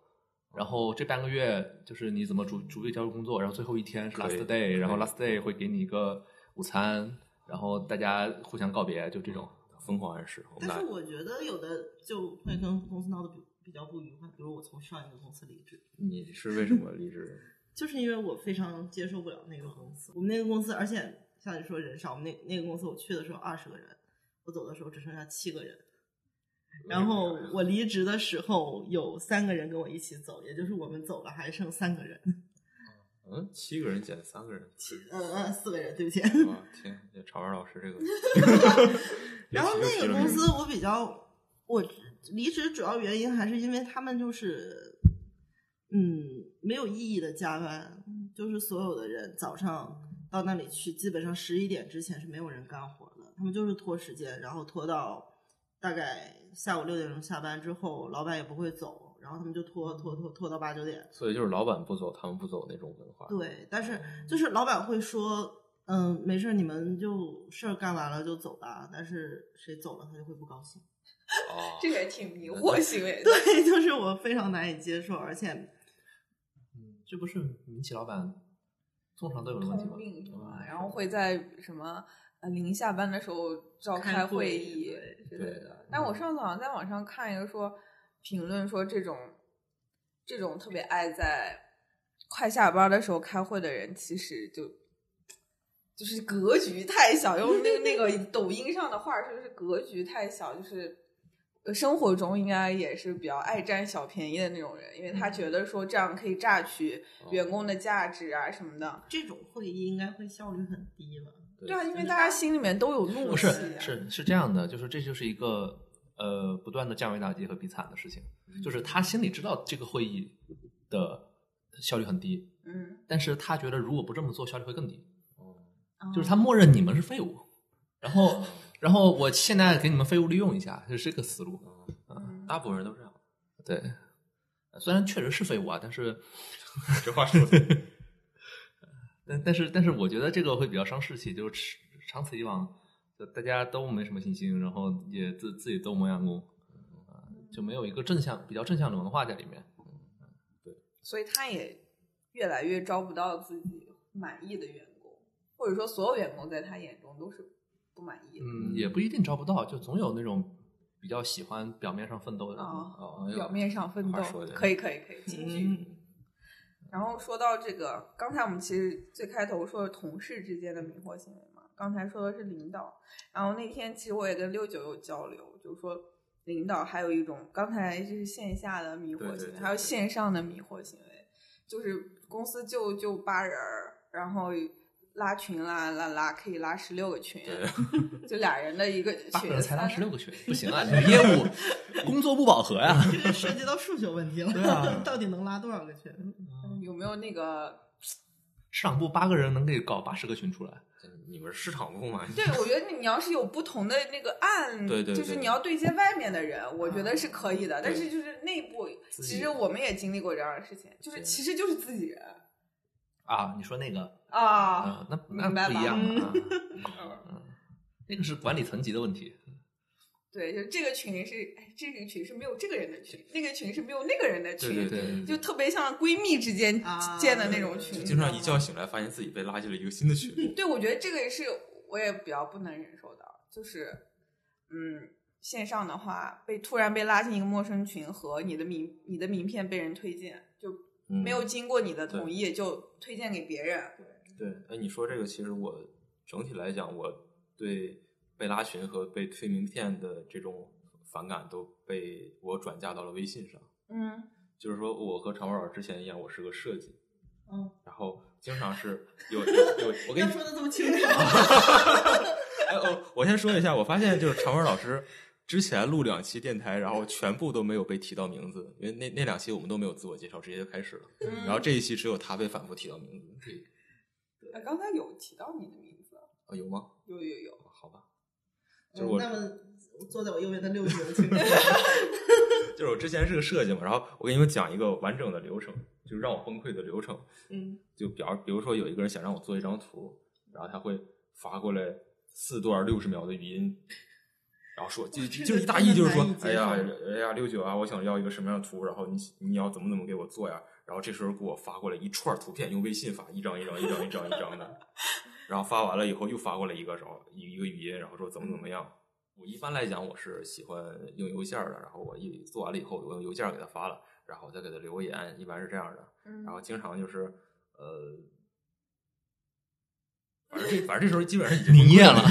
[SPEAKER 3] 然后这半个月就是你怎么主主力交入工作，然后最后一天是
[SPEAKER 2] 可以
[SPEAKER 3] last day，然后
[SPEAKER 2] 可以
[SPEAKER 3] last day 会给你一个午餐，然后大家互相告别，就这种。
[SPEAKER 2] 疯狂暗示，我们
[SPEAKER 1] 但
[SPEAKER 2] 俩
[SPEAKER 1] 是我觉得有的就会跟公司闹得比比较不愉快，比如我从上一个公司离职，
[SPEAKER 2] 你是为什么离职？
[SPEAKER 1] 就是因为我非常接受不了那个公司。我们那个公司，而且像你说人少，我们那那个公司我去的时候二十个人，我走的时候只剩下七个人。然后我离职的时候有三个人跟我一起走，也就是我们走了还剩三个人，
[SPEAKER 2] 嗯，七个人减三个人，
[SPEAKER 1] 七呃呃四个人，对不起。，
[SPEAKER 2] 哇天，这潮儿老师这 个
[SPEAKER 1] 然后
[SPEAKER 2] 又提
[SPEAKER 1] 那个
[SPEAKER 2] 了这
[SPEAKER 1] 公司我比较，我离职主要原因还是因为他们就是，嗯，没有意义的加班，就是所有的人早上到那里去，基本上十一点之前是没有人干活的，他们就是拖时间，然后拖到大概下午六点钟下班之后，老板也不会走，然后他们就拖拖拖拖到八九点。
[SPEAKER 2] 所以就是老板不走，他们不走那种文化。
[SPEAKER 1] 对，但是就是老板会说，嗯，没事儿，你们就事儿干完了就走吧。但是谁走了，他就会不高兴。
[SPEAKER 2] 哦，
[SPEAKER 4] 这个也挺 迷惑行为的。
[SPEAKER 1] 对，就是我非常难以接受，而且
[SPEAKER 3] 嗯，这不是民企老板通常都有的问题吗
[SPEAKER 4] 通？病是吧
[SPEAKER 3] 嗯？
[SPEAKER 4] 然后会在什么呃临下班的时候召
[SPEAKER 1] 开
[SPEAKER 4] 开
[SPEAKER 1] 会
[SPEAKER 4] 会
[SPEAKER 1] 议
[SPEAKER 4] 议
[SPEAKER 1] 对
[SPEAKER 4] 之类
[SPEAKER 2] 对
[SPEAKER 4] 的。但我上次好像在网上看一个说评论说这种这种特别爱在快下班的时候开会的人，其实就。就是格局太小，用那个那 个抖音上的话说，就是格局太小，就是呃生活中应该也是比较爱占小便宜的那种人，因为他觉得说这样可以榨取
[SPEAKER 3] 嗯
[SPEAKER 4] 员工的价值啊什么的。
[SPEAKER 3] 哦
[SPEAKER 1] 这种会议应该会效率很低吧？
[SPEAKER 4] 对啊，因为
[SPEAKER 1] 嗯
[SPEAKER 4] 大家心里面都有怒
[SPEAKER 3] 不是
[SPEAKER 4] 气、啊，
[SPEAKER 3] 是是这样的，就是这就是一个呃不断的降维打击和比惨的事情，
[SPEAKER 2] 嗯
[SPEAKER 3] 就是他心里知道这个会议的效率很低，
[SPEAKER 4] 嗯，
[SPEAKER 3] 但是他觉得如果不这么做效率会更低，
[SPEAKER 4] 哦
[SPEAKER 3] 就是他默认你们是废物，然 后然后我现在给你们废物利用一下，就是这个思路。
[SPEAKER 4] 嗯
[SPEAKER 2] 哦大部分人都这样。
[SPEAKER 3] 对，虽然确实是废物啊，但是
[SPEAKER 2] 这话说的，
[SPEAKER 3] 但但是但是我觉得这个会比较伤士气，就是吃长此以往，就大家都没什么信心，然后也自自己都磨洋工，
[SPEAKER 2] 嗯
[SPEAKER 3] 啊就没有一个正向比较正向的文化在里面。
[SPEAKER 4] 所以他也越来越招不到自己满意的员工，或者说所有员工在他眼中都是不满意的。
[SPEAKER 3] 嗯，也不一定招不到，就总有那种比较喜欢表面上奋斗的人。
[SPEAKER 4] 哦
[SPEAKER 2] 哦，
[SPEAKER 3] 嗯
[SPEAKER 2] 哎呦
[SPEAKER 4] 表面上奋斗
[SPEAKER 2] 话说的，
[SPEAKER 4] 可以可以可以，请举。
[SPEAKER 1] 嗯，
[SPEAKER 4] 然后说到这个，刚才我们其实最开头说的同事之间的迷惑行为嘛，刚才说的是领导。然后那天其实我也跟六九有交流，就是说领导还有一种，刚才就是线下的迷惑行为，
[SPEAKER 2] 对对对
[SPEAKER 4] 还有
[SPEAKER 2] 对
[SPEAKER 4] 线上的迷惑行为，就是公司就就八人儿，然后拉群拉拉拉，可以拉十六个群，就俩人的一个
[SPEAKER 3] 八个
[SPEAKER 4] 群，
[SPEAKER 3] 人才拉
[SPEAKER 4] 三
[SPEAKER 3] 十六个 群，不行啊！你的业务工作不饱和呀、
[SPEAKER 1] 这个涉及到数学问题了，
[SPEAKER 3] 对啊
[SPEAKER 1] 到底能拉多少个群？
[SPEAKER 4] 嗯有没有那个
[SPEAKER 3] 市场部八个人能给搞八十个群出来，
[SPEAKER 2] 你们是市场部嘛？
[SPEAKER 4] 对，我觉得你要是有不同的那个案，
[SPEAKER 2] 对对
[SPEAKER 4] 就是
[SPEAKER 2] 对
[SPEAKER 4] 你要对接外面的人，我觉得是可以的。但
[SPEAKER 2] 对
[SPEAKER 4] 是就是内部，
[SPEAKER 3] 自
[SPEAKER 4] 其
[SPEAKER 3] 己
[SPEAKER 4] 实我们也经历过这样的事情，就是
[SPEAKER 2] 对
[SPEAKER 4] 其实就是自己人
[SPEAKER 3] 啊！你说那个
[SPEAKER 2] 嗯
[SPEAKER 4] 啊。
[SPEAKER 3] 啊，那
[SPEAKER 4] 明
[SPEAKER 3] 那
[SPEAKER 4] 白
[SPEAKER 3] 不
[SPEAKER 4] 吧
[SPEAKER 3] 一样 啊，
[SPEAKER 4] 嗯
[SPEAKER 3] 那个是管理层级的问题。
[SPEAKER 4] 对，就这个群是，哎，这个群是没有这个人的群，那个群是没有那个人的群，
[SPEAKER 2] 对
[SPEAKER 3] 对
[SPEAKER 2] 对，
[SPEAKER 4] 就特别像闺蜜之间
[SPEAKER 1] 啊
[SPEAKER 4] 建的那
[SPEAKER 1] 对
[SPEAKER 4] 种
[SPEAKER 1] 对
[SPEAKER 4] 群。
[SPEAKER 2] 就
[SPEAKER 4] 你
[SPEAKER 2] 经
[SPEAKER 4] 知
[SPEAKER 2] 常
[SPEAKER 4] 道
[SPEAKER 2] 一
[SPEAKER 4] 吗
[SPEAKER 2] 觉醒来，发现自己被拉进了一个新的群里。
[SPEAKER 4] 对，我觉得这个也是我也比较不能忍受的，就是，嗯，线上的话被突然被拉进一个陌生群，和你的名你的名片被人推荐，就
[SPEAKER 2] 嗯
[SPEAKER 4] 没有经过你的
[SPEAKER 2] 对
[SPEAKER 4] 同意就推荐给别人，
[SPEAKER 2] 对，哎，你说这个，其实我整体来讲，我对被拉群和被推名片的这种反感都被我转嫁到了微信上。
[SPEAKER 4] 嗯，
[SPEAKER 2] 就是说，我和常宝老师之前一样，我是个设计，
[SPEAKER 1] 嗯，
[SPEAKER 2] 然后经常是有有有，我跟
[SPEAKER 1] 要
[SPEAKER 2] 你啊
[SPEAKER 1] 说的这么清 楚，
[SPEAKER 2] 哎哦，我先说一下，我发现就是常文老师之前录两期电台，然后全部都没有被提到名字，因为那那两期我们都没有自我介绍，直接就开始了。
[SPEAKER 4] 嗯
[SPEAKER 2] 然后这一期只有他被反复提到名字，
[SPEAKER 4] 呃刚才有提到你的名字，
[SPEAKER 2] 哦，有吗？
[SPEAKER 4] 有有有，
[SPEAKER 2] 好吧，就是
[SPEAKER 1] 嗯
[SPEAKER 2] 我
[SPEAKER 1] 那么坐在我右边的六九， 请举
[SPEAKER 2] 就是我之前是个设计嘛，然后我给你们讲一个完整的流程，就是让我崩溃的流程。
[SPEAKER 1] 嗯，
[SPEAKER 2] 就比方比如说有一个人想让我做一张图，然后他会发过来四段六十秒的语音，然后说就
[SPEAKER 1] 这个
[SPEAKER 2] 就是大意就是说
[SPEAKER 1] 真，的
[SPEAKER 2] 哎呀
[SPEAKER 1] 难以接
[SPEAKER 2] 哎呀六九啊，我想要一个什么样的图，然后你你要怎么怎么给我做呀？然后这时候给我发过来一串图片，用微信发一张一张一张一张一 张的，然后发完了以后又发过来一个什么一一个语音，然后说怎么
[SPEAKER 1] 嗯
[SPEAKER 2] 怎么样。我一般来讲我是喜欢用邮件的，然后我一做完了以后，我用邮件给他发了，然后再给他留言，一般是这样的。
[SPEAKER 4] 嗯
[SPEAKER 2] 然后经常就是呃， 反正这反正这时候基本上已经
[SPEAKER 3] 你
[SPEAKER 2] 崩溃
[SPEAKER 3] 念了，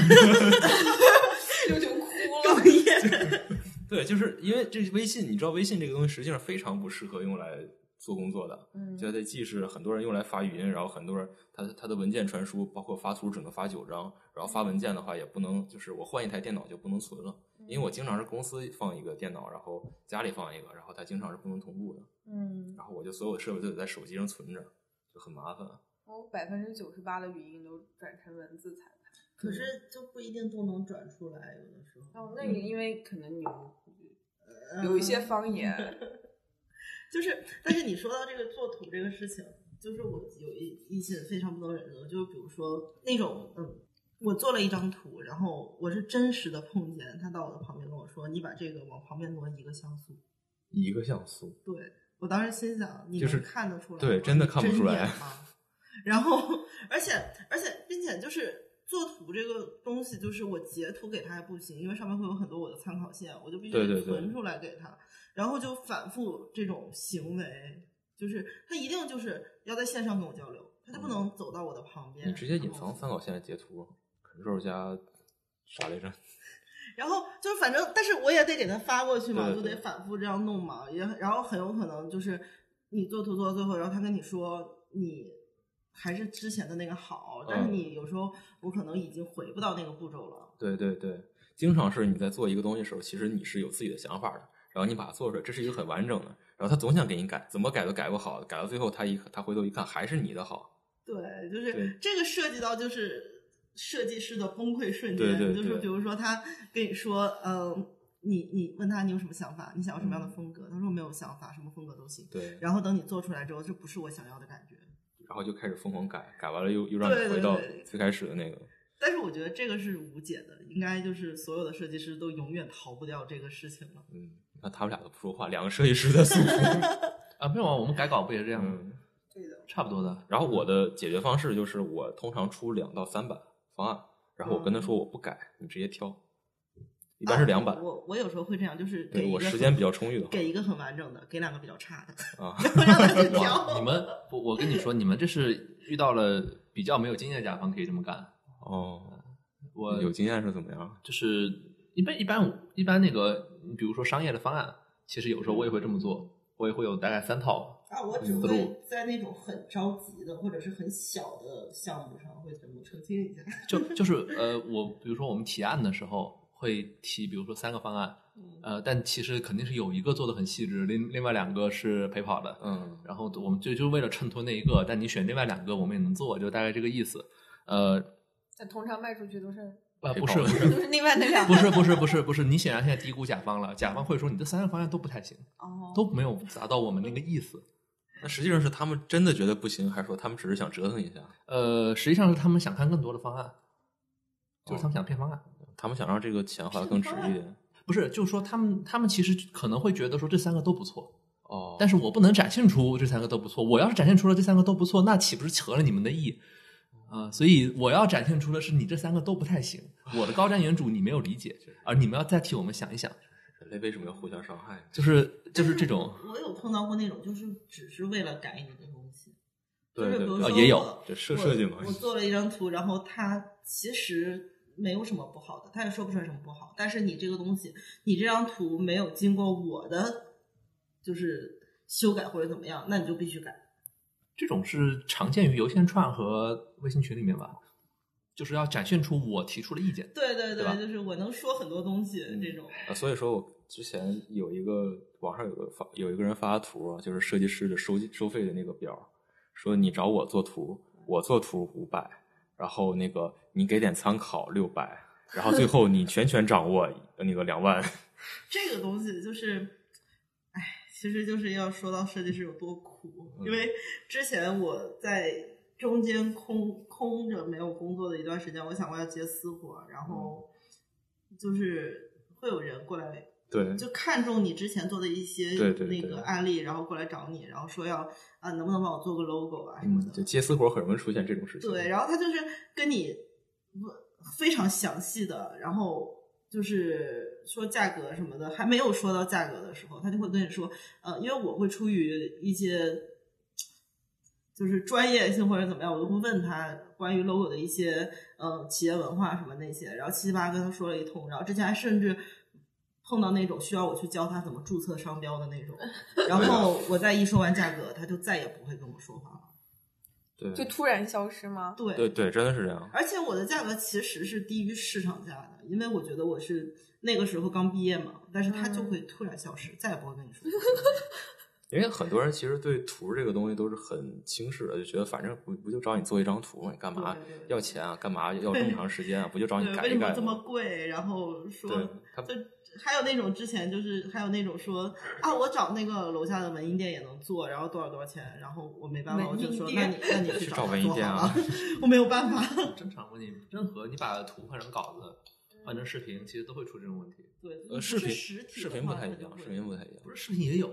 [SPEAKER 4] 六九哭了，
[SPEAKER 1] 哽咽。
[SPEAKER 2] 对，就是因为这微信，你知道微信这个东西实际上非常不适合用来做工作的，
[SPEAKER 4] 嗯
[SPEAKER 2] 就它既是很多人用来发语音，然后很多人它它的文件传输，包括发图只能发九张，然后发文件的话也不能，就是我换一台电脑就不能存了，因为我经常是公司放一个电脑，然后家里放一个，然后它经常是不能同步的，
[SPEAKER 4] 嗯，
[SPEAKER 2] 然后我就所有的设备都得在手机上存着，就很麻烦。
[SPEAKER 4] 我百分之九十八的语音都转成文字才看，
[SPEAKER 1] 可是就不一定都能转出来，有的时候
[SPEAKER 4] 嗯
[SPEAKER 2] 嗯
[SPEAKER 4] 哦，那你因为可能你们有一些方言，
[SPEAKER 1] 就是，但是你说到这个做图这个事情，就是我有一一些非常不能忍受，就是比如说那种，嗯，我做了一张图，然后我是真实的碰见他到我的旁边跟我说，你把这个往旁边挪一个像素。
[SPEAKER 2] 一个像素，
[SPEAKER 1] 对我当时心想，你
[SPEAKER 2] 就是
[SPEAKER 1] 能看得出来吗，
[SPEAKER 2] 对真的看不出来
[SPEAKER 1] 你真演吗。然后，而且而且，并且就是做图这个东西，就是我截图给他还不行，因为上面会有很多我的参考线，我就必须
[SPEAKER 2] 对对
[SPEAKER 1] 得
[SPEAKER 2] 对
[SPEAKER 1] 存出来给他，然后就反复这种行为，就是他一定就是要在线上跟我交流，他就不能走到我的旁边，
[SPEAKER 2] 嗯你直接隐
[SPEAKER 1] 然后
[SPEAKER 2] 藏参考线截图，Ctrl 加啥来着？
[SPEAKER 1] 然后就是反正，但是我也得给他发过去嘛，
[SPEAKER 2] 对
[SPEAKER 1] 就
[SPEAKER 2] 对
[SPEAKER 1] 得反复这样弄嘛。也然后很有可能就是你做图做到最后，然后他跟你说你还是之前的那个好，但是
[SPEAKER 2] 嗯
[SPEAKER 1] 你有时候我可能已经回不到那个步骤了。
[SPEAKER 2] 对对对，经常是你在做一个东西的时候，其实你是有自己的想法的，然后你把它做出来，这是一个很完整的，然后他总想给你改，怎么改都改不好，改到最后他一他回头一看还是你的好，
[SPEAKER 1] 对，就是
[SPEAKER 2] 对
[SPEAKER 1] 这个涉及到就是设计师的崩溃瞬间，
[SPEAKER 2] 对对
[SPEAKER 1] 就是
[SPEAKER 2] 对
[SPEAKER 1] 比如说他跟你说，嗯，你你问他你有什么想法，你想要什么
[SPEAKER 2] 嗯
[SPEAKER 1] 样的风格，他说没有想法，什么风格都行。
[SPEAKER 2] 对，
[SPEAKER 1] 然后等你做出来之后，这不是我想要的感觉。
[SPEAKER 2] 然后就开始疯狂改，改完了又又让
[SPEAKER 1] 对
[SPEAKER 2] 你
[SPEAKER 1] 对
[SPEAKER 2] 回到
[SPEAKER 1] 对
[SPEAKER 2] 最开始的那个，
[SPEAKER 1] 但是我觉得这个是无解的，应该就是所有的设计师都永远逃不掉这个事情了。
[SPEAKER 2] 嗯，你看他们俩都不说话，两个设计师在诉 苦，
[SPEAKER 3] 啊，没有啊，我们改稿不也是这样吗？
[SPEAKER 2] 嗯。
[SPEAKER 4] 对的，
[SPEAKER 3] 差不多的。
[SPEAKER 2] 然后我的解决方式就是我通常出两到三版方案，然后我跟他说
[SPEAKER 1] 嗯
[SPEAKER 2] 我不改，你直接挑，一般是两版
[SPEAKER 1] 啊。我我有时候会这样，就是给
[SPEAKER 2] 对
[SPEAKER 1] 一
[SPEAKER 2] 我
[SPEAKER 1] 个
[SPEAKER 2] 时
[SPEAKER 1] 很
[SPEAKER 2] 间比较充裕的话
[SPEAKER 1] 给一个很完整的，给两个比较差的，
[SPEAKER 2] 啊，
[SPEAKER 1] 然后让他去
[SPEAKER 3] 哇，
[SPEAKER 1] 挑。
[SPEAKER 3] 你们，我我跟你说，你们这是遇到了比较没有经验的甲方可以这么干。
[SPEAKER 2] 哦，
[SPEAKER 3] 我
[SPEAKER 2] 有经验是怎么样？
[SPEAKER 3] 就是一般一般一般那个，比如说商业的方案，其实有时候我也会这么做，我也会有大概三套。
[SPEAKER 1] 啊，我只会在那种很着急的或者是很小的项目上会怎么澄清一下。
[SPEAKER 3] 就就是呃，我比如说我们提案的时候会提，比如说三个方案，呃，但其实肯定是有一个做的很细致，另另外两个是陪跑的，
[SPEAKER 2] 嗯，
[SPEAKER 3] 然后我们就就为了衬托那一个，但你选另外两个我们也能做，就大概这个意思。呃
[SPEAKER 4] 但通常卖出去都是
[SPEAKER 3] 呃，
[SPEAKER 2] 陪
[SPEAKER 3] 不是
[SPEAKER 2] 跑
[SPEAKER 3] 不是
[SPEAKER 4] 都是另外那 两
[SPEAKER 3] 不
[SPEAKER 4] 个
[SPEAKER 3] 是不是不是不是，你显然现在低估甲方了，甲方会说你这三个方案都不太行，
[SPEAKER 4] 哦，
[SPEAKER 3] 都没有达到我们那个意思。
[SPEAKER 2] 那实际上是他们真的觉得不行，还是说他们只是想折腾一下？
[SPEAKER 3] 呃，实际上是他们想看更多的方案，就是他们想骗方案，
[SPEAKER 2] 他们想让这个钱花的更值一点？
[SPEAKER 3] 不是，就是说他们他们其实可能会觉得说这三个都不错，
[SPEAKER 2] 哦，
[SPEAKER 3] 但是我不能展现出这三个都不错。我要是展现出了这三个都不错，那岂不是合了你们的意？啊、所以我要展现出的是你这三个都不太行。我的高瞻远瞩你没有理解，而你们要再替我们想一想，
[SPEAKER 2] 人类为什么要互相伤害？
[SPEAKER 3] 就是就是这种。
[SPEAKER 1] 我有碰到过那种，就是只是为了改你的东西。
[SPEAKER 2] 对
[SPEAKER 1] 就是
[SPEAKER 2] 对
[SPEAKER 1] 比如
[SPEAKER 2] 对，
[SPEAKER 1] 说
[SPEAKER 3] 啊也有
[SPEAKER 1] 我
[SPEAKER 2] 这设设计嘛
[SPEAKER 1] 我。我做了一张图，然后它其实没有什么不好的，它也说不出来什么不好。但是你这个东西，你这张图没有经过我的就是修改或者怎么样，那你就必须改。
[SPEAKER 3] 这种是常见于邮线串和微信群里面吧，就是要展现出我提出的意见。
[SPEAKER 1] 对对
[SPEAKER 3] 对吧
[SPEAKER 1] 就是我能说很多东西
[SPEAKER 2] 嗯
[SPEAKER 1] 这种。
[SPEAKER 2] 啊，所以说我之前有一个网上有个发有一个人发图啊，就是设计师的收收费的那个表儿，说你找我做图，我做图五百，然后那个你给点参考六百，然后最后你全权掌握那个两万。
[SPEAKER 1] 这个东西就是，哎，其实就是要说到设计师有多苦，
[SPEAKER 2] 嗯
[SPEAKER 1] 因为之前我在中间空空着没有工作的一段时间，我想过要接私活，然
[SPEAKER 2] 嗯
[SPEAKER 1] 后就是会有人过来
[SPEAKER 2] 对
[SPEAKER 1] 就看中你之前做的一些
[SPEAKER 2] 对对
[SPEAKER 1] 那
[SPEAKER 2] 对
[SPEAKER 1] 个案例，然后过来找你，然后说要啊能不能帮我做个 logo 啊什么
[SPEAKER 2] 嗯，
[SPEAKER 1] 的
[SPEAKER 2] 就，接私活很容易出现这种事情。
[SPEAKER 1] 对，然后他就是跟你不非常详细的，然后就是说价格什么的，还没有说到价格的时候，他就会跟你说，呃，因为我会出于一些就是专业性或者怎么样，我就会问他关于 logo 的一些呃企业文化什么那些，然后七七八跟他说了一通，然后之前还甚至。碰到那种需要我去教他怎么注册商标的那种，然后我再一说完价格，他就再也不会跟我说话了。
[SPEAKER 2] 对
[SPEAKER 4] 就突然消失吗？
[SPEAKER 1] 对，
[SPEAKER 2] 对对，真的是这样。
[SPEAKER 1] 而且我的价格其实是低于市场价的，因为我觉得我
[SPEAKER 4] 嗯
[SPEAKER 1] 是那个时候刚毕业嘛，但是它就会突然消失，再也不会跟你说。
[SPEAKER 2] 因为很多人其实对图这个东西都是很轻视的，就觉得反正不不就找你做一张图嘛，你干嘛
[SPEAKER 1] 对对对
[SPEAKER 2] 要钱啊？干嘛要这么长时间啊？不就找你
[SPEAKER 1] 对，
[SPEAKER 2] 改
[SPEAKER 1] 为什
[SPEAKER 2] 一
[SPEAKER 1] 么
[SPEAKER 2] 改
[SPEAKER 1] 这么
[SPEAKER 2] 吗？
[SPEAKER 1] 贵？然后说，
[SPEAKER 2] 对他
[SPEAKER 1] 就还有那种之前就是还有那种说啊，我找那个楼下的文艺店也能做，然后多少多少钱，然后我没办法，我
[SPEAKER 4] 文艺
[SPEAKER 1] 就说那
[SPEAKER 4] 店
[SPEAKER 1] 你那你
[SPEAKER 2] 去
[SPEAKER 1] 找
[SPEAKER 2] 找
[SPEAKER 1] 他
[SPEAKER 2] 文艺
[SPEAKER 1] 做
[SPEAKER 2] 店
[SPEAKER 1] 好
[SPEAKER 2] 啊
[SPEAKER 1] 了， 我没有办法。
[SPEAKER 3] 正常问题，任何你把图换成稿子，换成视频，其实都会出这种问题。
[SPEAKER 1] 对，
[SPEAKER 2] 呃，
[SPEAKER 1] 不
[SPEAKER 2] 视
[SPEAKER 1] 是
[SPEAKER 2] 频
[SPEAKER 1] 实体
[SPEAKER 2] 视
[SPEAKER 1] 的
[SPEAKER 2] 频不
[SPEAKER 1] 话它
[SPEAKER 2] 太一
[SPEAKER 1] 就
[SPEAKER 2] 样，
[SPEAKER 1] 会
[SPEAKER 2] 视频不太一样
[SPEAKER 3] 不。是视频也有，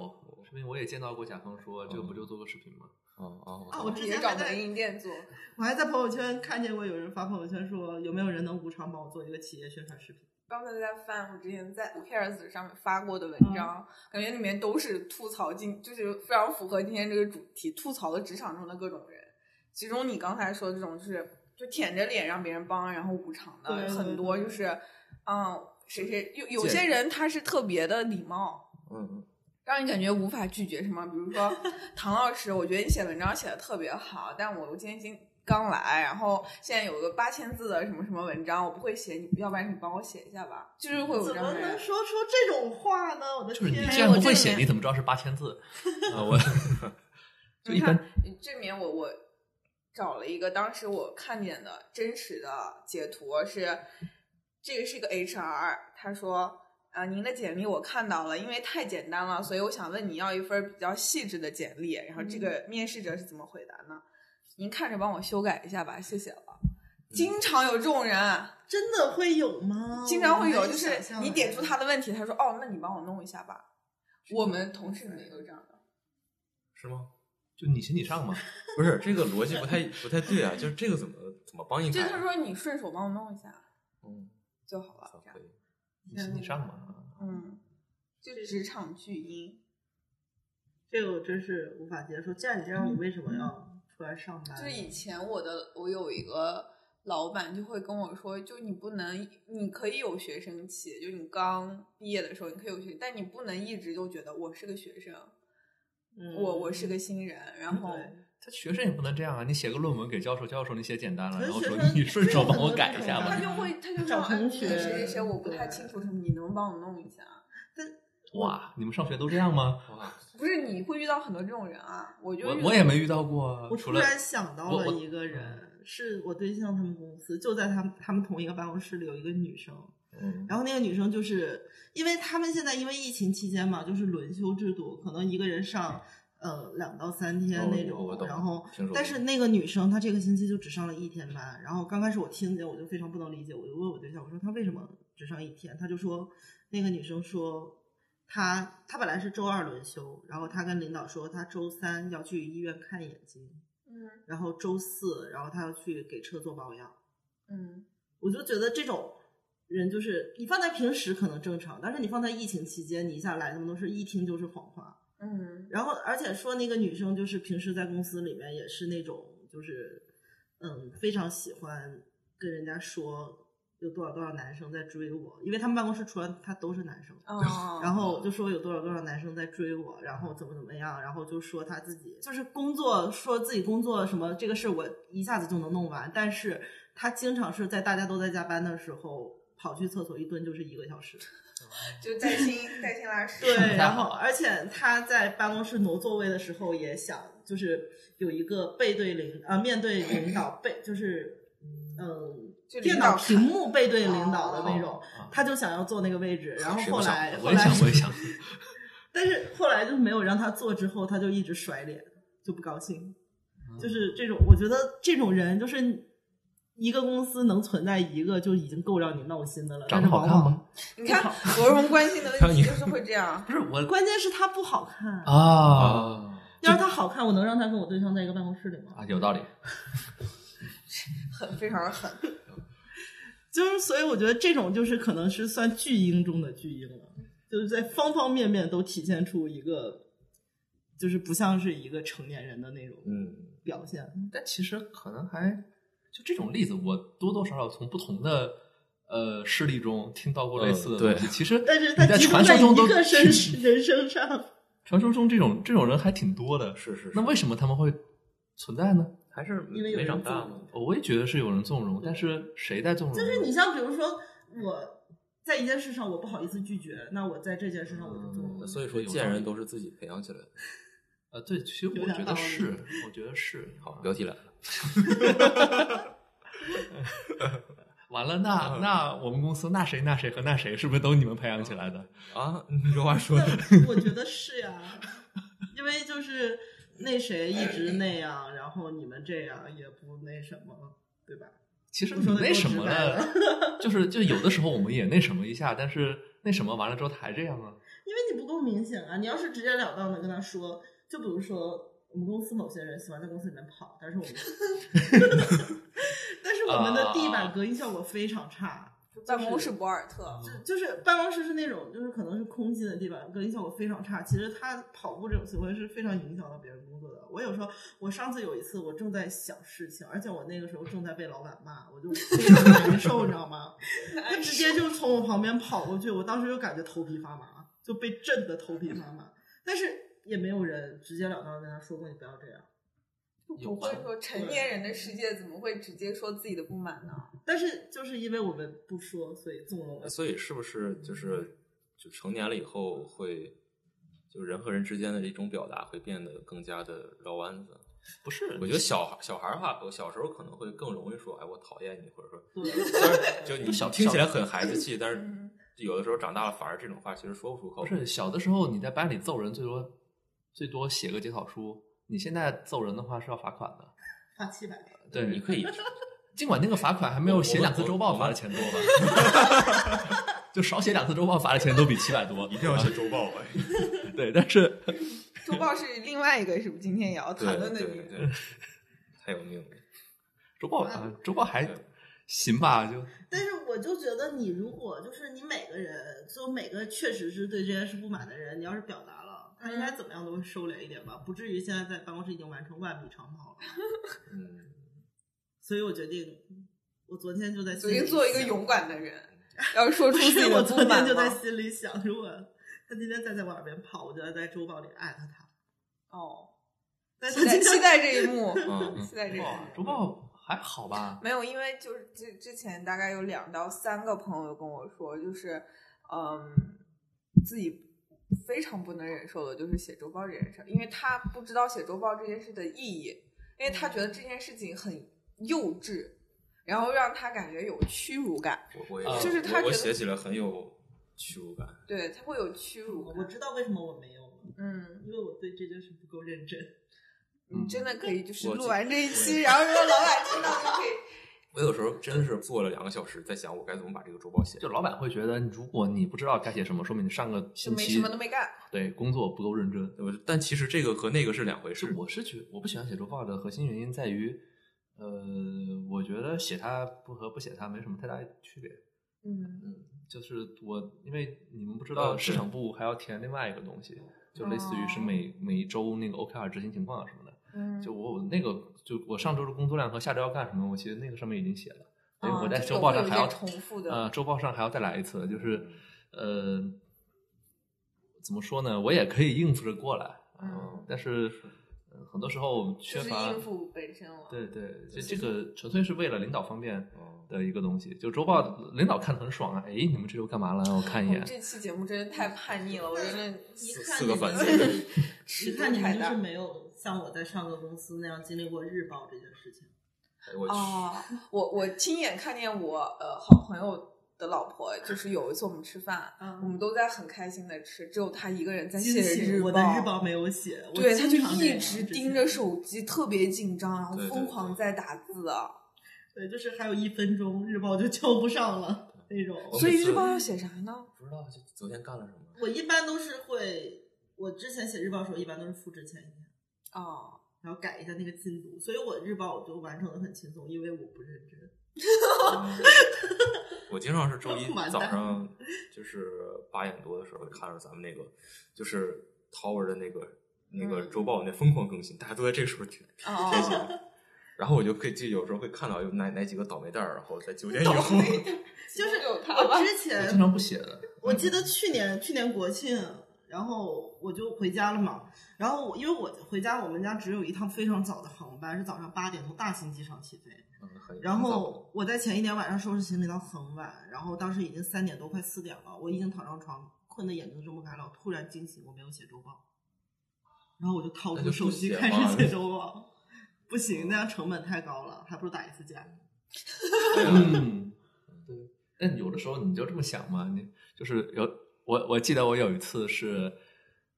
[SPEAKER 3] 视频我也见到过甲方说，这个不就做个视频吗？
[SPEAKER 2] 哦哦
[SPEAKER 1] 啊，
[SPEAKER 2] 哦
[SPEAKER 1] 我之
[SPEAKER 4] 也
[SPEAKER 1] 前
[SPEAKER 4] 找
[SPEAKER 1] 还在
[SPEAKER 4] 文艺店做，
[SPEAKER 1] 我还在朋友圈看见过有人发朋友圈说，有没有人能无偿帮我做一个企业宣传视频？
[SPEAKER 4] 刚才在翻我之前在 Cares 上面发过的文章，感觉里面都是吐槽今，就是非常符合今天这个主题，吐槽了职场中的各种人。其中你刚才说的这种，就是就舔着脸让别人帮，然后无偿的
[SPEAKER 1] 对对
[SPEAKER 4] 很多，
[SPEAKER 1] 对
[SPEAKER 4] 就是嗯，谁谁有有
[SPEAKER 2] 见
[SPEAKER 4] 些人他是特别的礼貌，
[SPEAKER 2] 嗯嗯
[SPEAKER 4] 让你感觉无法拒绝什么，比 如说唐老师，我觉得你写文章写的特别好，但我今天今刚来，然后现在有个八千字的什么什么文章，我不会写，你要不然你帮我写一下吧，就是会有
[SPEAKER 1] 怎
[SPEAKER 4] 这
[SPEAKER 1] 么
[SPEAKER 4] 样的
[SPEAKER 1] 能
[SPEAKER 4] 人。
[SPEAKER 1] 说出这种话呢？嗯我的
[SPEAKER 3] 就是你
[SPEAKER 1] 天！啊
[SPEAKER 3] 既
[SPEAKER 4] 哎
[SPEAKER 3] 然
[SPEAKER 4] 我
[SPEAKER 3] 不
[SPEAKER 4] 这
[SPEAKER 3] 会
[SPEAKER 4] 里
[SPEAKER 3] 写，
[SPEAKER 4] 面
[SPEAKER 3] 你怎么知道是八千字？ 啊， 我就一
[SPEAKER 4] 你看
[SPEAKER 3] 般
[SPEAKER 4] 这面我我找了一个当时我看见的真实的截图是，这个是一个 HR，他说啊，您的简历我看到了，因为太简单了，所以我想问你要一份比较细致的简历。然后这个面试者是怎么回答呢？您看着帮我修改一下吧，谢谢了。经常有这种人，
[SPEAKER 1] 真的会有吗？
[SPEAKER 4] 经常会有，
[SPEAKER 1] 我难
[SPEAKER 4] 就
[SPEAKER 1] 以
[SPEAKER 4] 是
[SPEAKER 1] 想象
[SPEAKER 4] 你
[SPEAKER 1] 哎
[SPEAKER 4] 点出他的问题，他说哦，那你帮我弄一下吧。我们同事没有这样的，
[SPEAKER 2] 是吗？
[SPEAKER 3] 就你行你 上嘛，
[SPEAKER 2] 不是这个逻辑不太不太对啊，就是这个怎么怎么帮你
[SPEAKER 4] 就
[SPEAKER 2] 改
[SPEAKER 4] 是他
[SPEAKER 2] 啊？
[SPEAKER 4] 说你顺手帮我弄一下
[SPEAKER 2] 嗯，
[SPEAKER 4] 就好了
[SPEAKER 2] 好，
[SPEAKER 4] 这样
[SPEAKER 2] 可。以。
[SPEAKER 3] 你行你上嘛。啊
[SPEAKER 4] 嗯，就职场巨婴，
[SPEAKER 1] 这个我真是无法接受。既然你这样，你为什么要出来上班？
[SPEAKER 4] 就是以前我的我有一个老板就会跟我说，就你不能，你可以有学生气，就你刚毕业的时候你可以有学，但你不能一直就觉得我是个学生，
[SPEAKER 1] 嗯
[SPEAKER 4] 我我是个新人，然后
[SPEAKER 1] 对
[SPEAKER 3] 他学生也不能这样啊！你写个论文给教授，教授你写简单了，
[SPEAKER 1] 可是
[SPEAKER 3] 然后说
[SPEAKER 1] 学生
[SPEAKER 3] 你顺手帮我
[SPEAKER 1] 对
[SPEAKER 3] 改一下
[SPEAKER 1] 很
[SPEAKER 4] 他
[SPEAKER 1] 多
[SPEAKER 3] 吧
[SPEAKER 1] 这。种
[SPEAKER 4] 就会他就说
[SPEAKER 1] 找
[SPEAKER 4] 啊
[SPEAKER 1] 同
[SPEAKER 4] 你
[SPEAKER 1] 学
[SPEAKER 4] 谁谁谁，我不
[SPEAKER 1] 对
[SPEAKER 4] 太清楚什么，你能不能帮我弄一下？
[SPEAKER 3] 哇，你们上学都这样吗？
[SPEAKER 2] 哇，
[SPEAKER 4] 不是你会遇到很多这种人啊，我就
[SPEAKER 3] 我
[SPEAKER 4] 遇
[SPEAKER 3] 我
[SPEAKER 4] 到
[SPEAKER 3] 也没遇到过啊
[SPEAKER 1] 我，
[SPEAKER 3] 除
[SPEAKER 1] 突
[SPEAKER 3] 了
[SPEAKER 1] 然想到
[SPEAKER 3] 我
[SPEAKER 1] 了
[SPEAKER 3] 我
[SPEAKER 1] 一个
[SPEAKER 2] 嗯
[SPEAKER 1] 人，是我对象他们公司，就在他们他们同一个办公室里有一个女生，
[SPEAKER 2] 嗯，
[SPEAKER 1] 然后那个女生就是因为他们现在因为疫情期间嘛，就是轮休制度，可能一个人上呃两到三天
[SPEAKER 2] 哦
[SPEAKER 1] 那
[SPEAKER 2] 我
[SPEAKER 1] 种。
[SPEAKER 2] 我懂
[SPEAKER 1] 然后
[SPEAKER 2] 听说，
[SPEAKER 1] 但
[SPEAKER 2] 过
[SPEAKER 1] 是那个女生她这个星期就只上了一天班。然后刚开始我听见我就非常不能理解，我就问我对象，我说她为什么只上一天？她就说那个女生说。她她本来是周二轮休，然后她跟领导说她周三要去医院看眼睛，
[SPEAKER 4] 嗯
[SPEAKER 1] 然后周四然后她要去给车做保养，
[SPEAKER 4] 嗯
[SPEAKER 1] 我就觉得这种人就是你放在平时可能正常，但是你放在疫情期间，你一下来那么多事，一听就是谎话。
[SPEAKER 4] 嗯
[SPEAKER 1] 然后而且说那个女生就是平时在公司里面也是那种就是嗯非常喜欢跟人家说有多少多少男生在追我，因为他们办公室除了她都是男生。
[SPEAKER 4] 哦，
[SPEAKER 1] 然后就说有多少多少男生在追我，然后怎么怎么样，然后就说他自己就是工作，说自己工作什么这个事儿我一下子就能弄完，但是他经常是在大家都在加班的时候跑去厕所一蹲就是一个小时，
[SPEAKER 4] 就带薪带薪 拉屎，
[SPEAKER 1] 对，
[SPEAKER 3] 上
[SPEAKER 1] 然后
[SPEAKER 3] 大号
[SPEAKER 1] 而且他在办公室挪座位的时候也想就是有一个背对领呃面对领导背就是嗯
[SPEAKER 4] 就领
[SPEAKER 1] 电
[SPEAKER 4] 导
[SPEAKER 1] 脑
[SPEAKER 4] 看
[SPEAKER 1] 屏幕背对领导的那种
[SPEAKER 3] 哦哦，
[SPEAKER 1] 他就想要坐那个位置，然后
[SPEAKER 2] 谁不
[SPEAKER 1] 后
[SPEAKER 2] 想
[SPEAKER 1] 来后
[SPEAKER 3] 我也
[SPEAKER 1] 来
[SPEAKER 3] 想 我也想，
[SPEAKER 1] 但是后来就是没有让他做，之后他就一直甩脸，就不高兴。
[SPEAKER 3] 嗯
[SPEAKER 1] 就是这种，我觉得这种人就是一个公司能存在一个就已经够让你闹心的了。
[SPEAKER 3] 长得好看
[SPEAKER 1] 但是往
[SPEAKER 3] 吗
[SPEAKER 1] 往？？
[SPEAKER 4] 你看罗荣关心的问题就是会这样。
[SPEAKER 3] 不是我
[SPEAKER 1] 关键是他不好看。
[SPEAKER 3] 啊
[SPEAKER 2] 啊，
[SPEAKER 1] 要是他好看，我能让他跟我对象在一个办公室里吗？
[SPEAKER 3] 啊，有道理。
[SPEAKER 4] 很非常狠。
[SPEAKER 1] 就是，所以我觉得这种就是可能是算巨婴中的巨婴了，就是在方方面面都体现出一个，就是不像是一个成年人的那种
[SPEAKER 2] 嗯。
[SPEAKER 1] 表现。
[SPEAKER 3] 但其实可能还就这种例子，我多多少少从不同的呃事例中听到过类似的
[SPEAKER 2] 嗯对
[SPEAKER 3] 东西。其实，
[SPEAKER 1] 但是
[SPEAKER 3] 你
[SPEAKER 1] 他
[SPEAKER 3] 在
[SPEAKER 1] 集中
[SPEAKER 3] 传
[SPEAKER 1] 在
[SPEAKER 3] 说中
[SPEAKER 1] 一
[SPEAKER 3] 都
[SPEAKER 1] 个身人身上。
[SPEAKER 3] 传说中这种这种人还挺多的。
[SPEAKER 2] 是是是
[SPEAKER 3] 那为什么他们会存在呢？
[SPEAKER 2] 还是
[SPEAKER 1] 因为有
[SPEAKER 2] 没
[SPEAKER 1] 人
[SPEAKER 2] 长大
[SPEAKER 1] 纵
[SPEAKER 2] 吗？
[SPEAKER 3] 我也觉得是有人纵容，但是谁在纵容呢？
[SPEAKER 1] 就是你像比如说我在一件事上我不好意思拒绝，那我在这件事上我就做。
[SPEAKER 3] 嗯
[SPEAKER 2] 所以
[SPEAKER 3] 有
[SPEAKER 2] 说
[SPEAKER 3] 道理
[SPEAKER 2] 贱人都是自己培养起来的。
[SPEAKER 3] 呃，对，其实
[SPEAKER 1] 有
[SPEAKER 3] 我
[SPEAKER 1] 点
[SPEAKER 3] 觉
[SPEAKER 1] 道
[SPEAKER 3] 得
[SPEAKER 1] 理
[SPEAKER 3] 是，我觉得是。
[SPEAKER 2] 好，
[SPEAKER 3] 啊
[SPEAKER 2] 标题来了，
[SPEAKER 3] 完了，
[SPEAKER 2] 嗯
[SPEAKER 3] 那那我们公司那谁那谁和那谁是不是都你们培养起来的？
[SPEAKER 2] 啊，你这 话说的，
[SPEAKER 1] 但我觉得是呀、因为就是那谁一直那样，然后你们这样也不那什么，对吧？
[SPEAKER 3] 其实
[SPEAKER 1] 我说得
[SPEAKER 3] 那
[SPEAKER 1] 够
[SPEAKER 3] 嗯什
[SPEAKER 1] 直
[SPEAKER 3] 么
[SPEAKER 1] 白
[SPEAKER 3] 了， 就是就有的时候我们也那什么一下，但是那什么完了之后他还这样啊。
[SPEAKER 1] 因为你不够明显啊！你要是直截了当的跟他说，就比如说我们公司某些人喜欢在公司里面跑，但是我们， 但是我们的地
[SPEAKER 2] 啊
[SPEAKER 1] 板隔音效果非常差，
[SPEAKER 4] 办公室博尔特，
[SPEAKER 3] 嗯
[SPEAKER 1] 就是办公室是那种就是可能是空心的地板，隔音效果非常差。其实他跑步这种行为是非常影响到别人工作的。我有时候，我上次有一次我正在想事情，而且我那个时候正在被老板骂，我就非常难受，你知道吗？他直接就从我旁边跑过去，我当时就感觉头皮发麻，就被震得头皮发麻。但是也没有人直截了当地跟他说过你不要这样。
[SPEAKER 4] 不会说成年人的世界怎么会直接说自己的不满呢？
[SPEAKER 1] 但是就是因为我们不说，所以纵容了。
[SPEAKER 2] 所以是不是就是就成年了以后会，就人和人之间的这种表达会变得更加的绕弯子？
[SPEAKER 3] 不是，
[SPEAKER 2] 我觉得小孩小孩儿的话，我小时候可能会更容易说，哎，我讨厌你，或者说，
[SPEAKER 1] 对
[SPEAKER 2] 虽然就你
[SPEAKER 3] 小
[SPEAKER 2] 听起来
[SPEAKER 3] 小
[SPEAKER 2] 很孩子气，但
[SPEAKER 4] 嗯
[SPEAKER 2] 是有的时候长大了，反而这种话其实说不出口
[SPEAKER 3] 不。是小的时候你在班里揍人最多最多写个检讨书，你现在揍人的话是要罚款的。
[SPEAKER 1] 发七百，
[SPEAKER 3] 对
[SPEAKER 2] 你 可以，
[SPEAKER 3] 尽管那个罚款还没有写两次周报罚的钱多吧， 就少写两次周报罚的钱都比七百多。
[SPEAKER 2] 一定要写周报哎。
[SPEAKER 3] 对，但是
[SPEAKER 4] 周报是另外一个，是不是？今天也要
[SPEAKER 2] 对
[SPEAKER 4] 谈论的
[SPEAKER 2] 对
[SPEAKER 4] 女
[SPEAKER 2] 对
[SPEAKER 4] 人，
[SPEAKER 2] 对，太有命了。
[SPEAKER 3] 周报啊，周报还行吧，就
[SPEAKER 1] 但是我就觉得你如果就是你每个人，就每个确实是对这件事不满的人，你要是表达了，他应
[SPEAKER 4] 嗯
[SPEAKER 1] 该怎么样都会收敛一点吧，不至于现在在办公室已经完成万米长跑了。
[SPEAKER 2] 嗯，
[SPEAKER 1] 所以我决定，我昨天就在
[SPEAKER 4] 所
[SPEAKER 1] 心里
[SPEAKER 4] 以做一个
[SPEAKER 1] 想
[SPEAKER 4] 勇敢的人，要说出
[SPEAKER 1] 不
[SPEAKER 4] 自己
[SPEAKER 1] 是，
[SPEAKER 4] 的
[SPEAKER 1] 我
[SPEAKER 4] 不
[SPEAKER 1] 昨
[SPEAKER 4] 满
[SPEAKER 1] 天就在
[SPEAKER 4] 吗？
[SPEAKER 1] 心里想，如果他今天再在我耳边跑，我就要在周报里艾特他。
[SPEAKER 4] 哦，
[SPEAKER 1] 但是
[SPEAKER 4] 期
[SPEAKER 1] 他
[SPEAKER 4] 待
[SPEAKER 1] 今
[SPEAKER 4] 期
[SPEAKER 1] 天
[SPEAKER 4] 待这一幕，
[SPEAKER 2] 嗯
[SPEAKER 4] 期待这一幕。
[SPEAKER 3] 哇周报还好吧？
[SPEAKER 4] 没有，因为就是之之前大概有两到三个朋友跟我说，就是嗯，自己非常不能忍受的就是写周报这件事儿，因为他不知道写周报这件事的意义，因为他觉得这件事情很幼稚，然后让他感觉有屈辱感，
[SPEAKER 2] 我我也
[SPEAKER 3] 啊
[SPEAKER 4] 就是他
[SPEAKER 2] 我我
[SPEAKER 4] 觉得
[SPEAKER 2] 写起来很有屈辱感。
[SPEAKER 4] 对他会有屈辱
[SPEAKER 1] 我
[SPEAKER 4] 感。
[SPEAKER 1] 知道为什么我没有了，
[SPEAKER 4] 嗯，
[SPEAKER 1] 因为我对这件事不够认真。
[SPEAKER 4] 你真的可以就是
[SPEAKER 2] 我
[SPEAKER 4] 录
[SPEAKER 2] 记
[SPEAKER 4] 完这一
[SPEAKER 2] 我
[SPEAKER 4] 期，然后如果老板听到就可以。
[SPEAKER 2] 我有时候真的是坐了两个小时，在想我该怎么把这个周报写。
[SPEAKER 3] 就老板会觉得，如果你不知道该写什么，说明你上个
[SPEAKER 4] 就
[SPEAKER 3] 星
[SPEAKER 4] 没
[SPEAKER 3] 期
[SPEAKER 4] 什么都没干。
[SPEAKER 3] 对，工作不够认真。
[SPEAKER 2] 对吧但其实这个和那个是两回
[SPEAKER 3] 是
[SPEAKER 2] 事。
[SPEAKER 3] 我是觉我不喜欢写周报的核心原因在于，呃，我觉得写它不和不写它没什么太大区别。
[SPEAKER 4] 嗯，
[SPEAKER 3] 就是我，因为你们不知
[SPEAKER 2] 呃
[SPEAKER 3] 道
[SPEAKER 2] 对
[SPEAKER 3] 市场部还要填另外一个东西，就类似于是每、每一周那个 OKR 执行情况啊什么的。
[SPEAKER 4] 哦嗯
[SPEAKER 3] 就我那个，就我上周的工作量和下周要干什么，我其实那个上面已经写了，所以
[SPEAKER 4] 啊
[SPEAKER 3] 我在
[SPEAKER 4] 这
[SPEAKER 3] 周
[SPEAKER 4] 种
[SPEAKER 3] 报
[SPEAKER 4] 会
[SPEAKER 3] 上
[SPEAKER 4] 有
[SPEAKER 3] 还
[SPEAKER 4] 些
[SPEAKER 3] 要
[SPEAKER 4] 重复的
[SPEAKER 3] 呃，周报上还要再来一次，就是呃，怎么说呢？我也可以应付着过来，
[SPEAKER 4] 嗯
[SPEAKER 3] 呃但是、呃很多时候缺
[SPEAKER 4] 就是
[SPEAKER 3] 乏
[SPEAKER 4] 应付本身了。
[SPEAKER 3] 对对，就这个纯粹是为了领导方便
[SPEAKER 2] 嗯，
[SPEAKER 3] 的一个东西。就周报领导看得很爽啊，哎，你们这周干嘛了？我看一
[SPEAKER 4] 我
[SPEAKER 3] 眼
[SPEAKER 4] 们。哦这期节目真是太叛逆了，我真的
[SPEAKER 1] 一
[SPEAKER 2] 四
[SPEAKER 1] 看
[SPEAKER 2] 四
[SPEAKER 1] 你
[SPEAKER 2] 个反
[SPEAKER 1] 就
[SPEAKER 2] 思
[SPEAKER 1] 是，
[SPEAKER 4] 尺
[SPEAKER 1] 一
[SPEAKER 4] 度
[SPEAKER 1] 看你
[SPEAKER 4] 太
[SPEAKER 1] 就
[SPEAKER 4] 大
[SPEAKER 1] 是。没有像我在上个公司那样经历过日报这件事情。
[SPEAKER 2] 哎我去，
[SPEAKER 4] 哦，我我亲眼看见我呃好朋友的老婆，就是有一次我们吃饭，
[SPEAKER 1] 嗯
[SPEAKER 4] 我们都在很开心的吃，只有她一个人在写
[SPEAKER 1] 惊喜，
[SPEAKER 4] 日
[SPEAKER 1] 我的日报没有写，我
[SPEAKER 4] 对，她就
[SPEAKER 1] 经常这
[SPEAKER 4] 一
[SPEAKER 1] 样
[SPEAKER 4] 直
[SPEAKER 1] 之前
[SPEAKER 4] 盯着手机，特别紧张，然后
[SPEAKER 2] 对对
[SPEAKER 4] 疯
[SPEAKER 2] 对
[SPEAKER 4] 狂在打字啊。
[SPEAKER 1] 对，就是还有一分钟，日报就交不上了那种。
[SPEAKER 2] 我
[SPEAKER 4] 所以
[SPEAKER 2] 每次
[SPEAKER 4] 日报要写啥呢？
[SPEAKER 2] 不知道这昨天干了什么。
[SPEAKER 1] 我一般都是会，我之前写日报的时候，一般都是复制前一天。
[SPEAKER 4] 哦，
[SPEAKER 1] 然后改一下那个进度，所以我日报我就完成的很轻松，因为我不认真。
[SPEAKER 2] 嗯我经常是周一
[SPEAKER 1] 完蛋
[SPEAKER 2] 早上，就是八点多的时候看着咱们那个，就是陶文的那个那个
[SPEAKER 4] 嗯
[SPEAKER 2] 周报那疯狂更新，大家都在这个时候去
[SPEAKER 4] 哦哦
[SPEAKER 2] 填写。 然后我就可以就有时候会看到有哪哪几个倒霉蛋儿，然后在九点以
[SPEAKER 4] 倒
[SPEAKER 2] 后，嗯
[SPEAKER 4] 霉蛋
[SPEAKER 1] 就是
[SPEAKER 4] 有他吧
[SPEAKER 1] 我之
[SPEAKER 3] 我经
[SPEAKER 1] 前
[SPEAKER 3] 常不写的，
[SPEAKER 1] 我记得去年去年国庆，然后我就回家了嘛，然后我因为我回家，我们家只有一趟非常早的航班，是早上八点从大兴机场起飞，
[SPEAKER 2] 嗯很
[SPEAKER 1] 然
[SPEAKER 2] 很早
[SPEAKER 1] 后我在前一天晚上收拾行李到很晚，然后当时已经三点多快四点了，我已经躺上床，困得眼睛睁不开了，我突然惊醒，我没有写周报。然后我就掏
[SPEAKER 2] 那
[SPEAKER 1] 出
[SPEAKER 2] 就
[SPEAKER 1] 手
[SPEAKER 2] 不
[SPEAKER 1] 机
[SPEAKER 2] 写
[SPEAKER 1] 开
[SPEAKER 2] 嘛
[SPEAKER 1] 始写周报，不行，那样成本太高了，还不如打一次架。
[SPEAKER 3] 嗯，对。但有的时候你就这么想嘛，你就是有我我记得我有一次是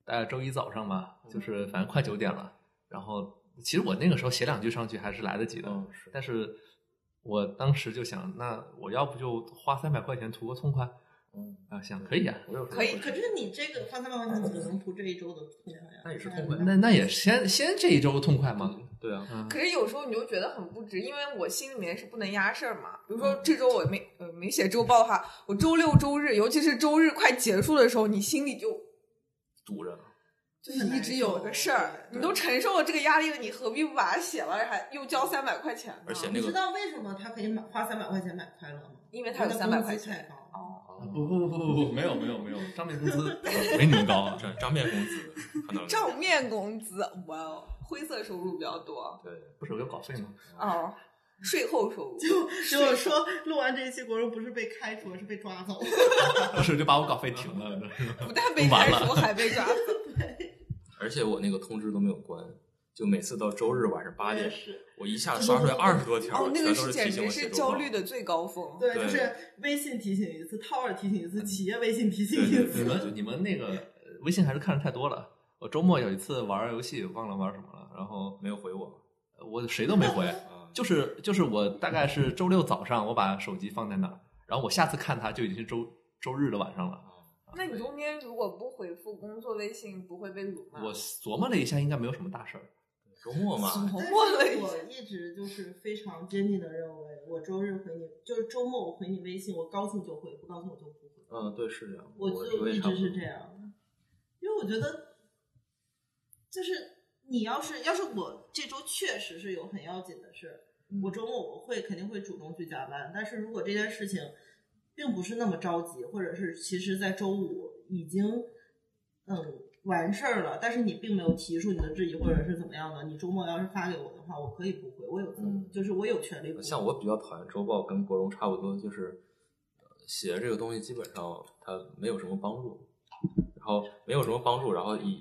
[SPEAKER 3] 大概周一早上吧，就是反正快九点了，然后其实我那个时候写两句上去还是来得及的，
[SPEAKER 2] 嗯是
[SPEAKER 3] 但是我当时就想，那我要不就花三百块钱图个痛快
[SPEAKER 2] 嗯，
[SPEAKER 3] 啊？想可以啊，
[SPEAKER 2] 我有时候
[SPEAKER 4] 可以
[SPEAKER 2] 会
[SPEAKER 1] 可是你这个花三百块钱只能图这一周的痛快呀，
[SPEAKER 2] 那也是痛快
[SPEAKER 3] 那那也先先这一周痛快嘛，
[SPEAKER 2] 对啊，
[SPEAKER 3] 嗯，
[SPEAKER 4] 可是有时候你就觉得很不值，因为我心里面是不能压事儿嘛。比如说这周我没呃没写周报的话，我周六周日，尤其是周日快结束的时候，你心里就
[SPEAKER 2] 堵着。
[SPEAKER 4] 就是一直有个事儿，你都承受了这个压力了，你何必不把它写了，还又交三百块钱呢？
[SPEAKER 2] 而且
[SPEAKER 1] 你
[SPEAKER 2] 那
[SPEAKER 1] 知
[SPEAKER 2] 个
[SPEAKER 1] 道为什么他可以买花三百块钱买快乐吗？
[SPEAKER 4] 因为它有
[SPEAKER 1] 他
[SPEAKER 4] 三百块
[SPEAKER 1] 太
[SPEAKER 4] 钱
[SPEAKER 1] 高了。
[SPEAKER 4] 哦，
[SPEAKER 2] 哦
[SPEAKER 3] 不不不不不，没有没有没有，账面工资没你们高啊，
[SPEAKER 2] 账账面工资看到了没
[SPEAKER 4] 账面工资，哇哦，灰色收入比较多
[SPEAKER 2] 对，
[SPEAKER 3] 不是有稿费吗？
[SPEAKER 4] 哦，税后收入。
[SPEAKER 1] 结果说录完这一期，国荣不是被开除了，是被抓走了。
[SPEAKER 3] 不是就把我稿费停了，
[SPEAKER 4] 不但被开除，还被 抓走。
[SPEAKER 2] 而且我那个通知都没有关，就每次到周日晚上 八点，
[SPEAKER 1] 是，
[SPEAKER 2] 我一下子刷出来二十多条，
[SPEAKER 4] 哦，那个
[SPEAKER 2] 全都
[SPEAKER 4] 是简
[SPEAKER 2] 提醒
[SPEAKER 4] 直
[SPEAKER 2] 我写
[SPEAKER 4] 是
[SPEAKER 2] 周
[SPEAKER 4] 焦
[SPEAKER 2] 报
[SPEAKER 4] 虑的最高峰。
[SPEAKER 1] 对，
[SPEAKER 2] 对嗯
[SPEAKER 1] 就是微信提醒一次，掏耳提醒一次，企业微信提醒
[SPEAKER 2] 对
[SPEAKER 1] 一
[SPEAKER 2] 对
[SPEAKER 1] 次。
[SPEAKER 3] 你们你们那个呃微信还是看的太多了。我周末有一次玩游戏，忘了玩什么了，然后
[SPEAKER 2] 没有回我
[SPEAKER 3] 我谁都没回，
[SPEAKER 2] 啊，
[SPEAKER 3] 就是就是我大概是周六早上我把手机放在那儿，然后我下次看它就已经是周周日的晚上了。
[SPEAKER 4] 那你中间如果不回复工作微信，不会被辱骂？
[SPEAKER 2] 啊
[SPEAKER 3] 我琢磨了一下，应该没有什么大事儿。
[SPEAKER 2] 周末嘛，
[SPEAKER 4] 琢
[SPEAKER 1] 但是
[SPEAKER 4] 磨了一下
[SPEAKER 1] 我一直就是非常坚定的认为，我周日回你，就是周末我回你微信，我高兴就回，不高兴我就不回。
[SPEAKER 2] 嗯，对，是这样，
[SPEAKER 1] 我就
[SPEAKER 2] 也
[SPEAKER 1] 一
[SPEAKER 2] 差
[SPEAKER 1] 直
[SPEAKER 2] 不
[SPEAKER 1] 是
[SPEAKER 2] 多
[SPEAKER 1] 这样，因为我觉得，就是你要是要是我这周确实是有很要紧的事，
[SPEAKER 2] 嗯
[SPEAKER 1] 我周末我会肯定会主动去加班，但是如果这件事情并不是那么着急，或者是其实在周五已经嗯完事儿了，但是你并没有提出你的质疑或者是怎么样的，你周末要是发给我的话，我可以不回，我有、
[SPEAKER 2] 嗯
[SPEAKER 1] 就是我有权利不回。
[SPEAKER 2] 像我比较讨厌周报，跟国荣差不多，就是呃写的这个东西基本上它没有什么帮助，然后没有什么帮助，然后以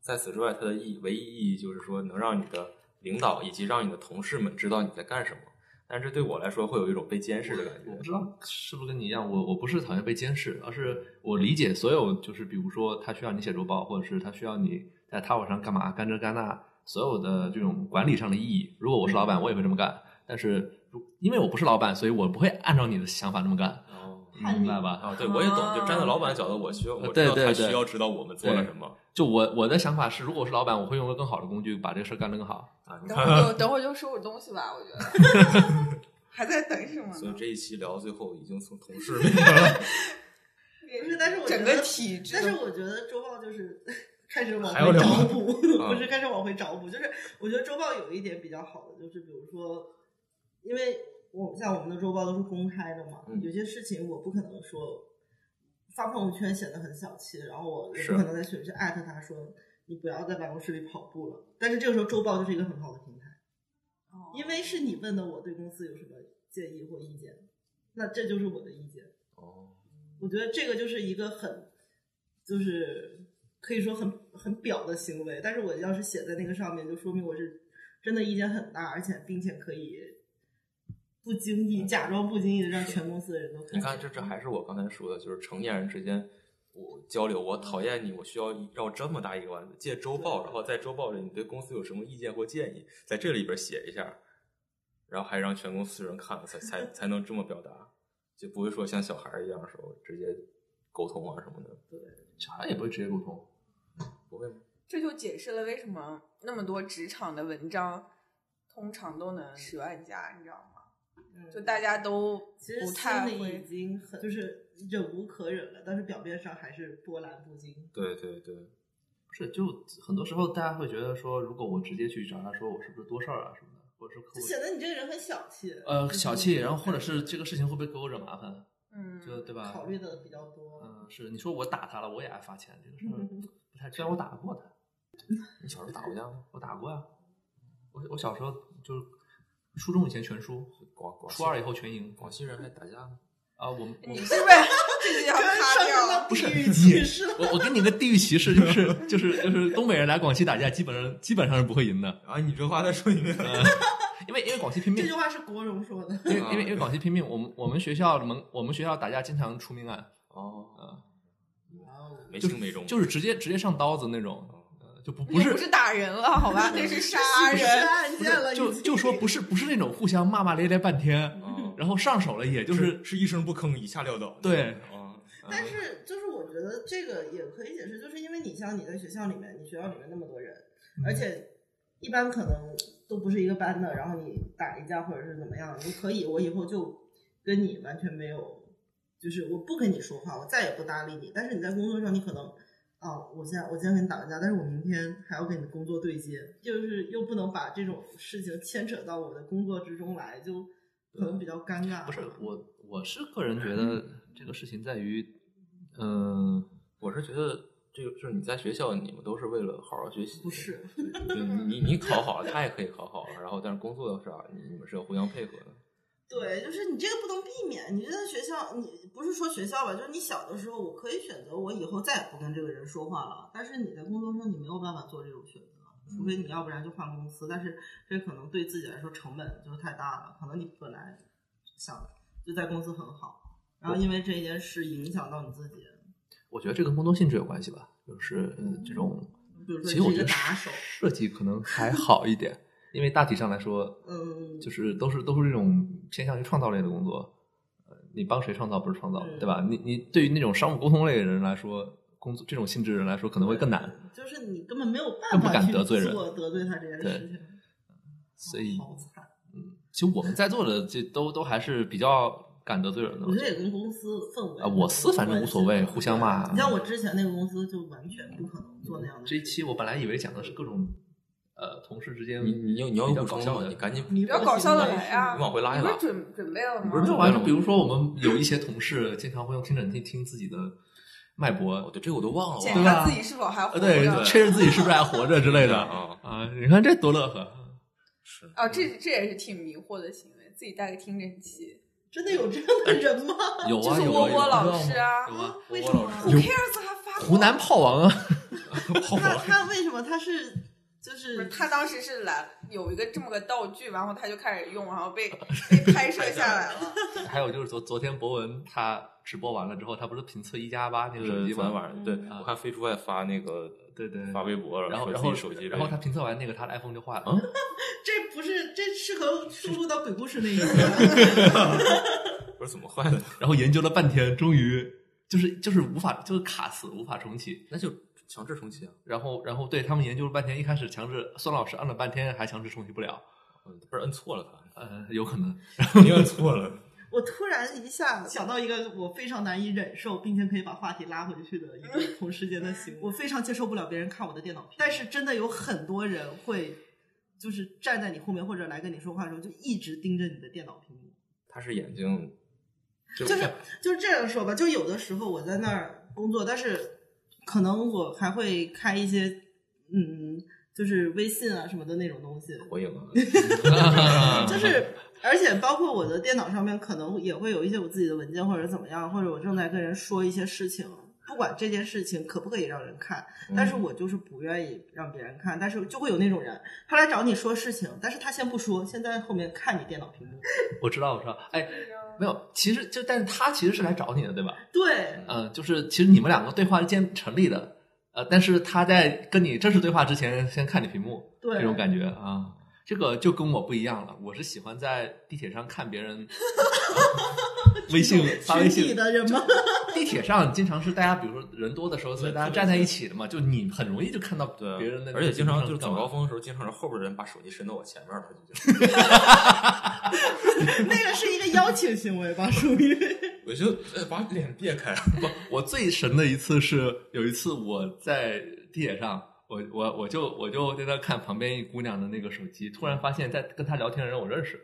[SPEAKER 2] 在此之外，它的意义唯一意义就是说能让你的领导以及让你的同事们知道你在干什么，但是这对我来说会有一种被监视的感
[SPEAKER 3] 我不
[SPEAKER 2] 觉。
[SPEAKER 3] 知道是不是跟你一样，我我不是讨厌被监视，而是我理解所有就是比如说他需要你写周报，或者是他需要你在 Tower 上干嘛干这干那，所有的这种管理上的意义。如果我是老板，我也会这么干，但是如因为我不是老板，所以我不会按照你的想法这么干，
[SPEAKER 2] 哦，
[SPEAKER 1] 叛逆
[SPEAKER 3] 明白吧？
[SPEAKER 2] 啊，对，我也懂，就站在老板的角度，我需要，我知
[SPEAKER 3] 对
[SPEAKER 2] 道
[SPEAKER 3] 对
[SPEAKER 2] 他
[SPEAKER 3] 对
[SPEAKER 2] 需要知道我们做了什么
[SPEAKER 3] 就我我的想法是，如果我是老板，我会用个更好的工具把这个事儿干得更好。
[SPEAKER 2] 啊。你
[SPEAKER 4] 等
[SPEAKER 2] 看，
[SPEAKER 4] 会儿就等会儿就收拾东西吧，我觉得。 还在等什么
[SPEAKER 2] 所以
[SPEAKER 4] 呢？
[SPEAKER 2] 这一期聊到最后，已经从同 事变成了
[SPEAKER 1] 不是但是我觉
[SPEAKER 4] 整个
[SPEAKER 1] 得
[SPEAKER 4] 体制
[SPEAKER 1] 但是我觉得周报就是 开始往
[SPEAKER 2] 还
[SPEAKER 1] 回
[SPEAKER 2] 有两
[SPEAKER 1] 找
[SPEAKER 2] 个
[SPEAKER 1] 补，
[SPEAKER 2] 啊
[SPEAKER 1] 不是开始往回找补，就是我觉得周报有一点比较好的，就是比如说，因为我像我们的周报都是公开的嘛，
[SPEAKER 2] 嗯
[SPEAKER 1] 有些事情我不可能说发朋友圈显得很小气，然后我也
[SPEAKER 2] 是
[SPEAKER 1] 不可能在群去艾特他说你不要在办公室里跑步了，但是这个时候周报就是一个很好的平台，
[SPEAKER 4] 哦
[SPEAKER 1] 因为是你问的我对公司有什么建议或意见，那这就是我的意见。
[SPEAKER 2] 哦，
[SPEAKER 1] 我觉得这个就是一个很，就是可以说很很表的行为，但是我要是写在那个上面，就说明我是真的意见很大，而且并且可以不经意、假装不经意的让全公司的人都嗯
[SPEAKER 2] 你看，这这还是我刚才说的，就是成年人之间我交流，我讨厌你，我需要绕这么大一个弯子，借周报，
[SPEAKER 1] 对
[SPEAKER 2] 然后在周报里你对公司有什么意见或建议，在这里边写一下，然后还让全公司人看了，才才才能这么表达，就不会说像小孩儿一样说直接沟通啊什么的，
[SPEAKER 3] 小孩也不会直接沟通，
[SPEAKER 2] 不会吗？
[SPEAKER 4] 这就解释了为什么那么多职场的文章通常都能十万加，你知道吗？就大家都
[SPEAKER 1] 其实
[SPEAKER 4] 不太
[SPEAKER 1] 心里已
[SPEAKER 4] 会。
[SPEAKER 1] 经很就是忍无可忍了，但是表面上还是波澜不惊。
[SPEAKER 2] 对对对，
[SPEAKER 3] 不是就很多时候大家会觉得说，如果我直接去找他说我是不是多事儿啊什么的，或者是
[SPEAKER 1] 就显得你这个人很小气，
[SPEAKER 3] 呃小气，然后或者是这个事情会不会给我惹麻烦，
[SPEAKER 4] 嗯，
[SPEAKER 3] 就对吧？
[SPEAKER 1] 考虑的比较多。
[SPEAKER 3] 嗯，是你说我打他了，我也挨罚钱，这个事儿不太。虽然我打得 过他，
[SPEAKER 2] 你小时候打过架吗？
[SPEAKER 3] 我打过呀。我我小时候就是初中以前全输，
[SPEAKER 2] 广广西
[SPEAKER 3] 初二以后全赢。
[SPEAKER 2] 广西人还打架吗？
[SPEAKER 3] 啊，我我
[SPEAKER 4] 你是 不是这就要擦掉？
[SPEAKER 1] 不是歧视，
[SPEAKER 3] 我我给你个地域歧视，就是就是就是东北人来广西打架，基本上基本上是不会赢的，
[SPEAKER 2] 啊，你这话再说一 遍，
[SPEAKER 3] 因为因为广西拼
[SPEAKER 1] 这
[SPEAKER 3] 命
[SPEAKER 1] 句，话是国荣说的。
[SPEAKER 3] 因为因为因为广西拼命，我们我们学校门我们学校打架经常出命案，
[SPEAKER 2] 哦，
[SPEAKER 1] 哇哦
[SPEAKER 2] 没轻没重，
[SPEAKER 3] 就是直接直接上刀子那种，呃就不
[SPEAKER 4] 不
[SPEAKER 3] 不
[SPEAKER 4] 是
[SPEAKER 3] 是
[SPEAKER 4] 不是打人了，好 吧，那是杀
[SPEAKER 1] 不是
[SPEAKER 4] 人。
[SPEAKER 1] 案件了，
[SPEAKER 3] 就
[SPEAKER 1] 已经
[SPEAKER 3] 就说哦不是不是那种互相骂骂咧咧半天，
[SPEAKER 2] 嗯
[SPEAKER 3] 然后上手了，也就是是
[SPEAKER 2] 是一声不吭，一下撂倒，
[SPEAKER 3] 对
[SPEAKER 2] 啊，
[SPEAKER 1] 但
[SPEAKER 3] 嗯
[SPEAKER 1] 是就是我觉得这个也可以解释，就是因为你像你在学校里面，你学校里面那么多人，
[SPEAKER 3] 嗯
[SPEAKER 1] 而且一般可能都不是一个班的，然后你打一架或者是怎么样，你可以我以后就跟你完全没有，就是我不跟你说话，我再也不搭理你。但是你在工作上，你可能啊、我现在我今天跟你打完架，但是我明天还要跟你的工作对接，就是又不能把这种事情牵扯到我的工作之中来，就可能比较尴尬。
[SPEAKER 3] 不是我我是个人觉 得这个事情在于，嗯、
[SPEAKER 2] 呃我是觉得这个就是你在学校，你们都是为了好好学习，
[SPEAKER 1] 不是
[SPEAKER 2] 对？对你你你考好了，他也可以考好了，然后但是工作啥，你你们是要互相配合的。
[SPEAKER 1] 对，就是你这个不能避免。你就在学校，你不是说学校吧，就是你小的时候，我可以选择我以后再也不跟这个人说话了。但是你在工作上，你没有办法做这种选择，除非
[SPEAKER 3] 嗯
[SPEAKER 1] 你要不然就换公司。但是这可能对自己来说成本就是太大了。可能你本来想就在公司很好，然后因为这件事影响到你自己，
[SPEAKER 3] 我觉得这跟工作性质有关系吧，就是、嗯、这种，
[SPEAKER 1] 比如说你
[SPEAKER 3] 其实我
[SPEAKER 1] 是一
[SPEAKER 3] 觉
[SPEAKER 1] 个
[SPEAKER 3] 得
[SPEAKER 1] 打手，
[SPEAKER 3] 设计可能还好一点，因为大体上来说，
[SPEAKER 1] 嗯，
[SPEAKER 3] 就是都是都是这种偏向于创造类的工作，呃，你帮谁创造不是创造，
[SPEAKER 1] 嗯
[SPEAKER 3] 对吧？你你对于那种商务沟通类的人来说，工作这种性质的人来说可能会更难，
[SPEAKER 1] 就是你根本没有办
[SPEAKER 3] 更不
[SPEAKER 1] 法
[SPEAKER 3] 敢
[SPEAKER 1] 去
[SPEAKER 3] 得罪人
[SPEAKER 1] 做得罪他这件
[SPEAKER 3] 对
[SPEAKER 1] 事情，
[SPEAKER 3] 所以
[SPEAKER 1] 好惨。
[SPEAKER 3] 其实我们在座的这都都还是比较敢得罪人的，
[SPEAKER 1] 我觉得也跟公司氛围
[SPEAKER 3] 啊我司反正无所谓互相骂嗯
[SPEAKER 1] 你像我之前那个公司就完全不可能做那样的事情。
[SPEAKER 3] 这一期我本来以为讲的是各种呃同事之间，
[SPEAKER 2] 你你要你要
[SPEAKER 3] 比
[SPEAKER 2] 有
[SPEAKER 3] 较
[SPEAKER 2] 补
[SPEAKER 3] 搞
[SPEAKER 2] 充
[SPEAKER 3] 笑
[SPEAKER 2] 吗？
[SPEAKER 3] 的
[SPEAKER 2] 你赶紧，
[SPEAKER 1] 你
[SPEAKER 4] 比较搞笑的
[SPEAKER 2] 你往
[SPEAKER 4] 来啊！
[SPEAKER 2] 你往回拉一
[SPEAKER 4] 你不
[SPEAKER 2] 拉
[SPEAKER 4] 是。准准备了吗？
[SPEAKER 2] 不是
[SPEAKER 3] 那
[SPEAKER 2] 完
[SPEAKER 3] 完
[SPEAKER 2] 了
[SPEAKER 3] 啊了，比如说我们有一些同事经常会用听诊器听自己的脉
[SPEAKER 2] 哦，
[SPEAKER 3] 搏，
[SPEAKER 2] 对，这个我都忘了，
[SPEAKER 4] 检
[SPEAKER 2] 忘了
[SPEAKER 4] 查自己是否还活
[SPEAKER 3] 呃，
[SPEAKER 4] 着。
[SPEAKER 3] 对，确认自己是不是还活着之类的
[SPEAKER 2] 啊
[SPEAKER 3] 啊。你看这多 乐呵！
[SPEAKER 2] 是
[SPEAKER 4] 哦，这这也是挺迷惑的行为，自己带个听诊器。
[SPEAKER 1] 真的有这样的人 吗？
[SPEAKER 3] 有
[SPEAKER 4] 就
[SPEAKER 3] 啊
[SPEAKER 4] 是
[SPEAKER 3] 有
[SPEAKER 4] 窝
[SPEAKER 3] 啊有
[SPEAKER 4] 窝
[SPEAKER 3] 啊，
[SPEAKER 4] 老师啊
[SPEAKER 3] 有啊，
[SPEAKER 1] 为
[SPEAKER 3] 窝
[SPEAKER 1] 什
[SPEAKER 3] 窝老
[SPEAKER 1] 么
[SPEAKER 3] 师
[SPEAKER 4] ，Who cares？他发
[SPEAKER 3] 湖南炮王 啊，炮
[SPEAKER 1] 他
[SPEAKER 3] 王
[SPEAKER 1] 他为什么他是就
[SPEAKER 4] 不是
[SPEAKER 1] 是
[SPEAKER 4] 他当时是来有一个这么个道具，然后他就开始用，然后 被被拍摄下来了。
[SPEAKER 3] 还有就是昨昨天博文他直播完了之后，他不是评测一加八那
[SPEAKER 2] 那
[SPEAKER 3] 个
[SPEAKER 2] 个
[SPEAKER 3] 手机
[SPEAKER 2] 昨天
[SPEAKER 3] 吗？
[SPEAKER 2] 晚上，对啊
[SPEAKER 3] 嗯
[SPEAKER 2] 我看飞猪外发那个
[SPEAKER 3] 对对。
[SPEAKER 2] 发微博了，
[SPEAKER 3] 然后
[SPEAKER 2] 说
[SPEAKER 3] 然
[SPEAKER 2] 自
[SPEAKER 3] 后
[SPEAKER 2] 己手机嗯这个，
[SPEAKER 3] 然后他评测完那个他的 iPhone 就坏了。
[SPEAKER 1] 这不是这适合输入到鬼故事那一 个？
[SPEAKER 2] 不是怎么坏的？
[SPEAKER 3] 然后研究了半天，终于就是就是无法就是卡死，无法重启。
[SPEAKER 2] 那就强制重启啊！
[SPEAKER 3] 然后然后对他们研究了半天，一开始强制孙老师按了半天还强制重启不了，
[SPEAKER 2] 嗯不是摁错了
[SPEAKER 3] 呃，有可能
[SPEAKER 2] 他，你摁错了。
[SPEAKER 1] 我突然一下想到一个我非常难以忍受，并且可以把话题拉回去的一个同时间的行为，我非常接受不了别人看我的电脑屏幕。但是真的有很多人会，就是站在你后面或者来跟你说话的时候，就一直盯着你的电脑屏幕。
[SPEAKER 2] 他是眼睛，就
[SPEAKER 1] 就是就是这样说吧，就有的时候我在那儿工作，但是可能我还会开一些嗯，就是微信啊什么的那种东西，
[SPEAKER 2] 火影啊，
[SPEAKER 3] 嗯
[SPEAKER 1] 就是而且包括我的电脑上面可能也会有一些我自己的文件或者怎么样，或者我正在跟人说一些事情。不管这件事情可不可以让人看，
[SPEAKER 3] 嗯
[SPEAKER 1] 但是
[SPEAKER 2] 嗯
[SPEAKER 1] 我就是不愿意让别人看，但是就会有那种人，他来找你说事情，但是他先不说，先在后面看你电脑屏幕。
[SPEAKER 3] 我知道我知道，哎，没有，其实就但是他其实是来找你的，对吧？
[SPEAKER 1] 对，
[SPEAKER 3] 嗯、就是其实你们两个对话是建成立的，呃，但是他在跟你正式对话之前先看你屏幕，
[SPEAKER 1] 对
[SPEAKER 3] 这种感觉啊。这个就跟我不一样了，我是喜欢在地铁上看 别人微信发微
[SPEAKER 1] 群体
[SPEAKER 3] 信，
[SPEAKER 1] 的人吗？
[SPEAKER 3] 地铁上经常是大家，比如说人多的时候，所以大家站在一起的嘛，就你很容易就看到
[SPEAKER 2] 对，啊
[SPEAKER 3] 别人的，
[SPEAKER 2] 而且经常就是早高
[SPEAKER 3] 高，
[SPEAKER 2] 峰的时候，经常是后边人把手机伸到我前面了，已经。
[SPEAKER 1] 那个是一个邀请行为吧，属于。
[SPEAKER 2] 我就呃把脸别开，
[SPEAKER 3] 不，我最神的一次是有一次我在地铁上，我我我就我就在那看旁边一姑娘的那个手机，突然发现，在跟她聊天的人我认识，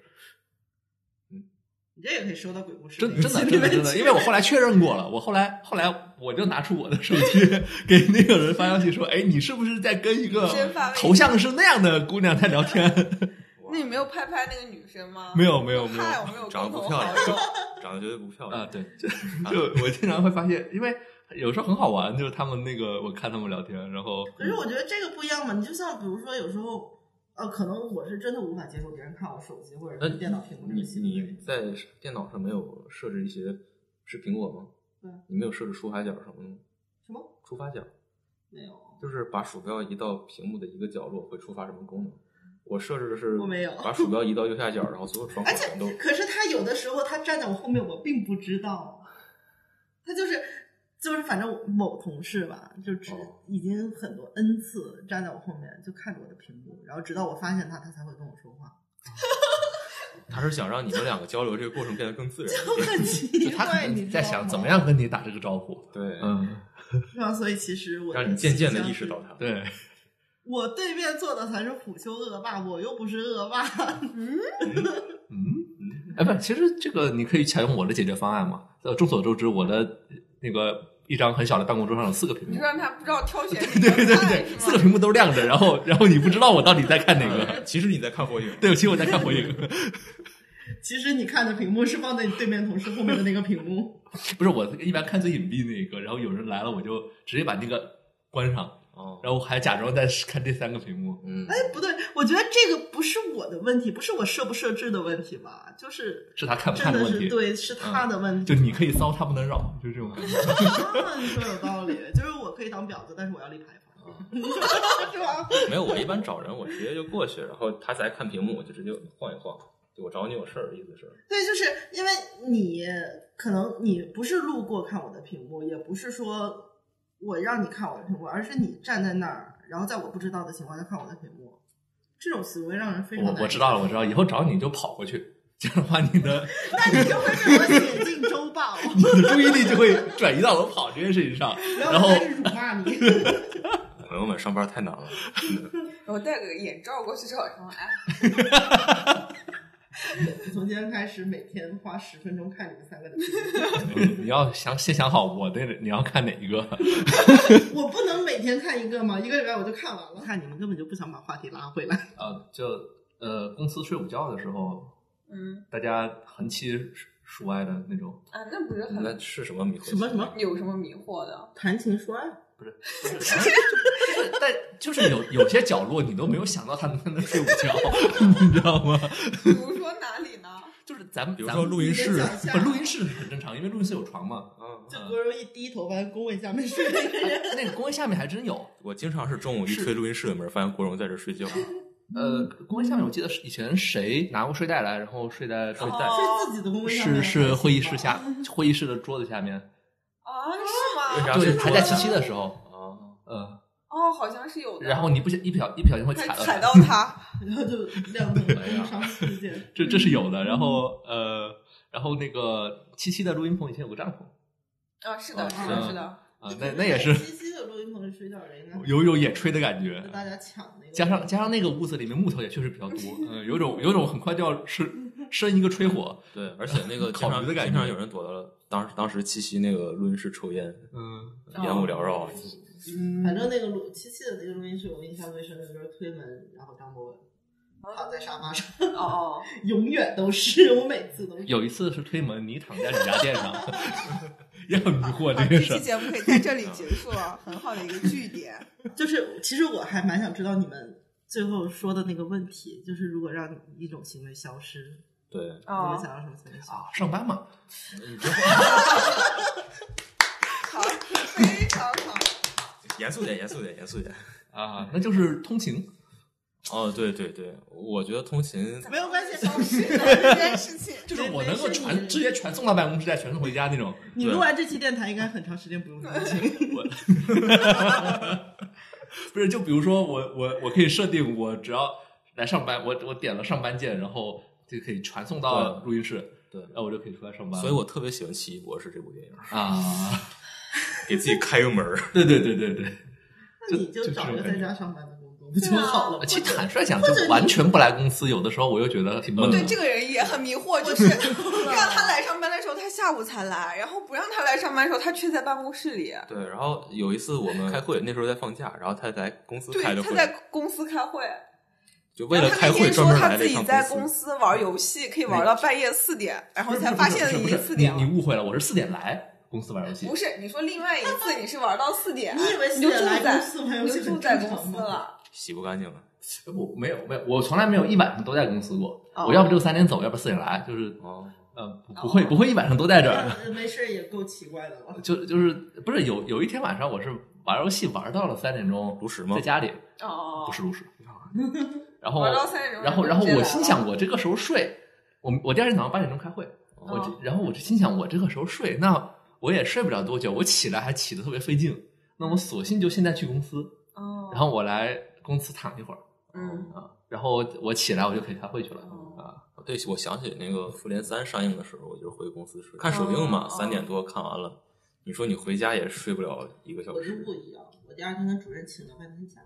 [SPEAKER 1] 你这也可以说到鬼故事
[SPEAKER 3] 真
[SPEAKER 1] 那一
[SPEAKER 3] 真
[SPEAKER 1] 期
[SPEAKER 3] 的
[SPEAKER 1] 里
[SPEAKER 3] 真的
[SPEAKER 1] 面
[SPEAKER 3] 真的，
[SPEAKER 1] 去
[SPEAKER 3] 因为我后来确认过了，我后来后来我就拿出我的手 机给那个人发消息说，哎，你是不是在跟一个
[SPEAKER 4] 真发微信
[SPEAKER 3] 头像是那样的姑娘在聊天？
[SPEAKER 2] 哇
[SPEAKER 4] 那你没有拍拍那个女生吗？
[SPEAKER 3] 没有没有没有
[SPEAKER 4] 嗨，我们有
[SPEAKER 2] 长得
[SPEAKER 4] 共
[SPEAKER 2] 不
[SPEAKER 4] 同
[SPEAKER 2] 漂亮
[SPEAKER 4] 好友。，
[SPEAKER 2] 长得绝对不漂亮
[SPEAKER 3] 啊，对，就 就我经常会发现，因为有时候很好玩，就是他们那个我看他们聊天，然后
[SPEAKER 1] 可是我觉得这个不一样嘛，你就像比如说有时候，呃，可能我是真的无法接受别人看我手机或者
[SPEAKER 2] 那
[SPEAKER 3] 呃
[SPEAKER 1] 是电脑屏幕这
[SPEAKER 2] 你
[SPEAKER 1] 个行
[SPEAKER 2] 你
[SPEAKER 1] 为。
[SPEAKER 2] 在电脑上没有设置一些是苹果吗？
[SPEAKER 1] 对
[SPEAKER 2] 你没有设置触发角什么的吗？
[SPEAKER 1] 什么？
[SPEAKER 2] 触发角
[SPEAKER 1] 没有。
[SPEAKER 2] 就是把鼠标移到屏幕的一个角落会触发什么功能？我设置的是
[SPEAKER 1] 我没有
[SPEAKER 2] 把鼠标移到右下角，然后所有窗口
[SPEAKER 1] 而且
[SPEAKER 2] 全都
[SPEAKER 1] 可是他有的时候他站在我后面，我并不知道，他就是就是反正我某同事吧，就只
[SPEAKER 2] 哦
[SPEAKER 1] 已经很多 n 次站在我后面就看着我的屏幕，然后直到我发现他，他才会跟我说话。
[SPEAKER 2] 他是想让你们两个交流这个过程变得更自然一点。
[SPEAKER 1] 很奇
[SPEAKER 3] 就他可
[SPEAKER 1] 怪，你
[SPEAKER 3] 能
[SPEAKER 1] 知
[SPEAKER 3] 在
[SPEAKER 1] 道
[SPEAKER 3] 想
[SPEAKER 1] 吗
[SPEAKER 3] 怎么，样跟你打这个招呼，
[SPEAKER 2] 对，
[SPEAKER 3] 嗯，
[SPEAKER 1] 是吧？所以其实我
[SPEAKER 2] 让你渐渐的
[SPEAKER 1] 倾向
[SPEAKER 2] 意识
[SPEAKER 1] 是
[SPEAKER 2] 到它。
[SPEAKER 3] 对，
[SPEAKER 1] 我对面坐的才是虎丘恶霸，我又不是恶霸。
[SPEAKER 3] 嗯，哎，不，其实这个你可以采用我的解决方案嘛。呃，众所周知，我的那个一张很小的办公桌上有四个屏
[SPEAKER 4] 你
[SPEAKER 3] 幕
[SPEAKER 4] 就，让他不知道挑选
[SPEAKER 3] 对对对对，四个
[SPEAKER 4] 是吗？
[SPEAKER 3] 屏幕都亮着，然后然后你不知道我到底在看哪个。
[SPEAKER 1] 嗯
[SPEAKER 2] 呃其实你在看火影，
[SPEAKER 3] 对，其实我在看火影，
[SPEAKER 1] 其实你看的屏幕是放在你对面同事后面的那个屏幕，
[SPEAKER 3] 不是我一般看最隐蔽那一个，然后有人来了我就直接把那个关上，
[SPEAKER 2] 哦，
[SPEAKER 3] 然后还假装在看第三个屏幕。
[SPEAKER 2] 嗯，
[SPEAKER 1] 哎，不对，我觉得这个不是我的问题，不是我设不设置的问题吧，就是
[SPEAKER 3] 是他看不看
[SPEAKER 1] 真
[SPEAKER 3] 的
[SPEAKER 1] 的
[SPEAKER 3] 问
[SPEAKER 1] 是
[SPEAKER 3] 题，
[SPEAKER 1] 对，
[SPEAKER 2] 嗯
[SPEAKER 1] 是他的问题。
[SPEAKER 3] 就你可以骚，他不能 扰，就这种感觉。
[SPEAKER 1] 啊， 你说有道理，就是我可以当婊子，但是我要立牌坊，是吧？
[SPEAKER 2] 没有，我一般找人，我直接就过去，然后他在看屏幕，我就直接晃一晃。就我找你有事儿，意思是，
[SPEAKER 1] 对，就是因为你可能你不是路过看我的屏幕，也不是说我让你看我的屏幕，而是你站在那儿，然后在我不知道的情况下看我的屏幕，这种行为让人非常难
[SPEAKER 3] 我我知道了，我知道，以后找你就跑过去， 这样的话你 的
[SPEAKER 1] 受，那你就会被我写进周 报，
[SPEAKER 3] 你的注意力就会转移到我跑这件事情上， 然
[SPEAKER 1] 然后
[SPEAKER 3] 后
[SPEAKER 1] 我开始辱骂你。
[SPEAKER 2] 朋友们上班太难了。
[SPEAKER 4] 我戴个眼罩过去找他，哎，
[SPEAKER 1] 你从今天开始每天花十分钟看你们三个的屏
[SPEAKER 3] 嗯你要想先想好我的你要看哪一个，
[SPEAKER 1] 幕， 我不能每天看一个吗？一个礼拜我就看完了。看你们根本就不想把话题拉回来。
[SPEAKER 3] 呃，就呃公司睡午觉的时候，
[SPEAKER 4] 嗯
[SPEAKER 3] 大家横七竖歪的那种，
[SPEAKER 4] 啊，那不是 很
[SPEAKER 2] 那是什么迷惑？啊
[SPEAKER 1] 什么什么？
[SPEAKER 4] 有什么迷惑的？
[SPEAKER 1] 谈情说爱，
[SPEAKER 3] 但就是有有些角落你都没有想到他能在那睡午觉， 你知道吗？
[SPEAKER 4] 比如说哪里呢？
[SPEAKER 3] 就是咱们
[SPEAKER 2] 比如说录音室
[SPEAKER 1] 你的想象
[SPEAKER 3] 不录音室很正常，因为录音室有床嘛。
[SPEAKER 2] 啊，
[SPEAKER 1] 就不是一低头发现工位下面睡了一个人。
[SPEAKER 3] 哎那个工位下面还真有，
[SPEAKER 2] 我经常是中午一推录音室的门，发现郭荣在这睡 觉。
[SPEAKER 3] 呃，工位下面我记得是以前谁拿过睡袋来，然后睡在睡袋
[SPEAKER 4] 哦
[SPEAKER 1] 是自己的工位上
[SPEAKER 3] 是
[SPEAKER 1] 面
[SPEAKER 3] 是会议室下，会议室的桌子下面，
[SPEAKER 4] 啊，是吗？
[SPEAKER 2] 为啥
[SPEAKER 3] 对，
[SPEAKER 2] 是
[SPEAKER 3] 还
[SPEAKER 2] 桌
[SPEAKER 3] 在
[SPEAKER 2] 子
[SPEAKER 3] 七七
[SPEAKER 2] 上
[SPEAKER 3] 的时候，
[SPEAKER 2] 啊，
[SPEAKER 3] 嗯，
[SPEAKER 4] 哦，好像是有的。
[SPEAKER 3] 然后你不小一不小一不小心会
[SPEAKER 4] 快
[SPEAKER 3] 踩到它
[SPEAKER 4] 踩到 他，
[SPEAKER 1] 然后 就亮灯工伤事件。
[SPEAKER 3] 这这是有的。然后呃，然后那个七七的录音棚以前有个帐篷
[SPEAKER 4] 啊，是的，
[SPEAKER 2] 哦
[SPEAKER 4] 是的，
[SPEAKER 3] 嗯
[SPEAKER 4] 是的，
[SPEAKER 3] 啊、那那也是
[SPEAKER 1] 七夕的录音棚是睡觉人，应该
[SPEAKER 3] 有有野炊的感觉
[SPEAKER 1] 和，大家抢那个。
[SPEAKER 3] 加上加上那个屋子里面木头也确实比较多，嗯、有种有种很快就要生生一个炊火，
[SPEAKER 2] 对，而且 那个
[SPEAKER 3] 烤
[SPEAKER 2] 经常
[SPEAKER 3] 鱼的感
[SPEAKER 2] 经
[SPEAKER 3] 觉
[SPEAKER 2] 常有人躲到了当时当时七夕那个录音室抽烟，
[SPEAKER 3] 嗯
[SPEAKER 2] 烟雾缭
[SPEAKER 1] 哦
[SPEAKER 2] 绕。
[SPEAKER 3] 嗯
[SPEAKER 1] 反正那个录七夕的那个录音室，我印象最深的就是推门，然后张博文
[SPEAKER 4] 啊
[SPEAKER 1] 躺在沙发上，
[SPEAKER 4] 哦哦，
[SPEAKER 1] 永远都是我每次都是。
[SPEAKER 3] 有一次是推门，你躺在你家垫上， 也很迷惑
[SPEAKER 4] 好
[SPEAKER 3] 这
[SPEAKER 4] 这
[SPEAKER 3] 个事
[SPEAKER 4] 期
[SPEAKER 3] 儿。
[SPEAKER 4] 节目可以在这里结束了，很好的一个据点。
[SPEAKER 1] 就是其实我还蛮想知道你们最后说的那个问题，就是如果让一种行为消失，
[SPEAKER 2] 对，
[SPEAKER 1] 你
[SPEAKER 4] 哦
[SPEAKER 1] 们，想要什么行为消失？
[SPEAKER 3] 啊，上班嘛，
[SPEAKER 4] 好，非常好。
[SPEAKER 2] 严肃点，严肃点，严肃点。
[SPEAKER 3] 啊，那就是通勤。
[SPEAKER 2] 哦，对对对，我觉得通勤
[SPEAKER 1] 没有关系
[SPEAKER 4] 消 失的 这件事情，
[SPEAKER 3] 就是我能够传直接传送到办公室，再传送回家那种。
[SPEAKER 1] 你录完这期电台应该很长时间不用 通勤，
[SPEAKER 3] 不是，就比如说我我我可以设定，我只要来上班，我我点了上班键，然后就可以传送到
[SPEAKER 2] 对
[SPEAKER 3] 录音室，
[SPEAKER 2] 对
[SPEAKER 3] 然后我就可以出来上班了。
[SPEAKER 2] 所以我特别喜欢《奇异博士》这部电影，
[SPEAKER 3] 啊，
[SPEAKER 2] 给自己开个门儿。
[SPEAKER 3] 对对对 对对。
[SPEAKER 1] 那你就
[SPEAKER 3] 就
[SPEAKER 1] 找
[SPEAKER 3] 这
[SPEAKER 1] 一
[SPEAKER 3] 种
[SPEAKER 1] 个
[SPEAKER 3] 感
[SPEAKER 1] 在
[SPEAKER 3] 觉
[SPEAKER 1] 家上班的工作不就好
[SPEAKER 4] 啊
[SPEAKER 1] 了吗？
[SPEAKER 3] 啊其实坦率讲，就完全不来公司，有的时候我又觉得挺闷的
[SPEAKER 4] 对。这个人也很迷惑，就是让他来上班的时候，他下午才来；然后不让他来上班的时候，他却在办公室里。
[SPEAKER 2] 对，然后有一次我们开会，那时候在放假，然后他在公司
[SPEAKER 4] 对
[SPEAKER 2] 开的，
[SPEAKER 4] 他
[SPEAKER 2] 会，
[SPEAKER 4] 在公司开会，
[SPEAKER 2] 就为了
[SPEAKER 4] 然后他
[SPEAKER 2] 开
[SPEAKER 4] 那
[SPEAKER 2] 会
[SPEAKER 4] 天
[SPEAKER 2] 专
[SPEAKER 4] 说
[SPEAKER 2] 门
[SPEAKER 4] 他
[SPEAKER 2] 来
[SPEAKER 4] 自
[SPEAKER 2] 了一
[SPEAKER 4] 己
[SPEAKER 2] 趟
[SPEAKER 4] 在
[SPEAKER 2] 公
[SPEAKER 4] 公。司玩游戏，可以玩到半夜四点，然后才发现
[SPEAKER 3] 不
[SPEAKER 4] 已
[SPEAKER 3] 是
[SPEAKER 4] 经
[SPEAKER 3] 不是
[SPEAKER 4] 四
[SPEAKER 3] 你
[SPEAKER 4] 点了
[SPEAKER 3] 你。误会了，我是四点来公司玩游戏
[SPEAKER 4] 不，是，你说另外一次你是玩到四点，
[SPEAKER 1] 你以为
[SPEAKER 4] 你
[SPEAKER 1] 四
[SPEAKER 4] 就
[SPEAKER 1] 点
[SPEAKER 4] 住
[SPEAKER 1] 来
[SPEAKER 4] 在
[SPEAKER 1] 公司玩游
[SPEAKER 4] 你
[SPEAKER 1] 戏
[SPEAKER 4] 就
[SPEAKER 1] 很
[SPEAKER 4] 住在
[SPEAKER 1] 正
[SPEAKER 4] 公
[SPEAKER 1] 常
[SPEAKER 4] 司
[SPEAKER 1] 吗
[SPEAKER 4] 了？
[SPEAKER 2] 洗不干净了，
[SPEAKER 3] 我没有没有，我从来没有一晚上都在公司过。
[SPEAKER 4] 哦
[SPEAKER 3] 我要不就三点走，要不四点来，就是
[SPEAKER 2] 哦，
[SPEAKER 3] 呃不不会不会一晚上都在这儿。
[SPEAKER 1] 那没事也够奇怪的 了。
[SPEAKER 3] 就就是不是有有一天晚上我是玩游戏玩到了三点钟，
[SPEAKER 2] 炉石吗
[SPEAKER 3] 在？家里
[SPEAKER 4] 哦，
[SPEAKER 3] 不是炉石，然后
[SPEAKER 4] 玩到三点钟，
[SPEAKER 3] 然后然后我心，想我这个时候睡，我我第二天早上八点钟开会，我这
[SPEAKER 4] 哦
[SPEAKER 3] 然后我就心想我这个时候睡，那我也睡不了多久，我起来还起得特别费劲，那我索性就现在去公司，
[SPEAKER 4] 哦，
[SPEAKER 3] 然后我来公司躺一会儿
[SPEAKER 4] 嗯，
[SPEAKER 3] 啊，然后我起来我就可以开会去了
[SPEAKER 4] 哦
[SPEAKER 3] 啊，
[SPEAKER 2] 对，我想起那个《复联三》上映的时候，我就回公司睡，看首映嘛，
[SPEAKER 4] 哦
[SPEAKER 2] 三点多看完了。你说你回家也睡不了一个小
[SPEAKER 1] 我就
[SPEAKER 2] 时，
[SPEAKER 1] 不一样，我第二天跟主任请了半天假。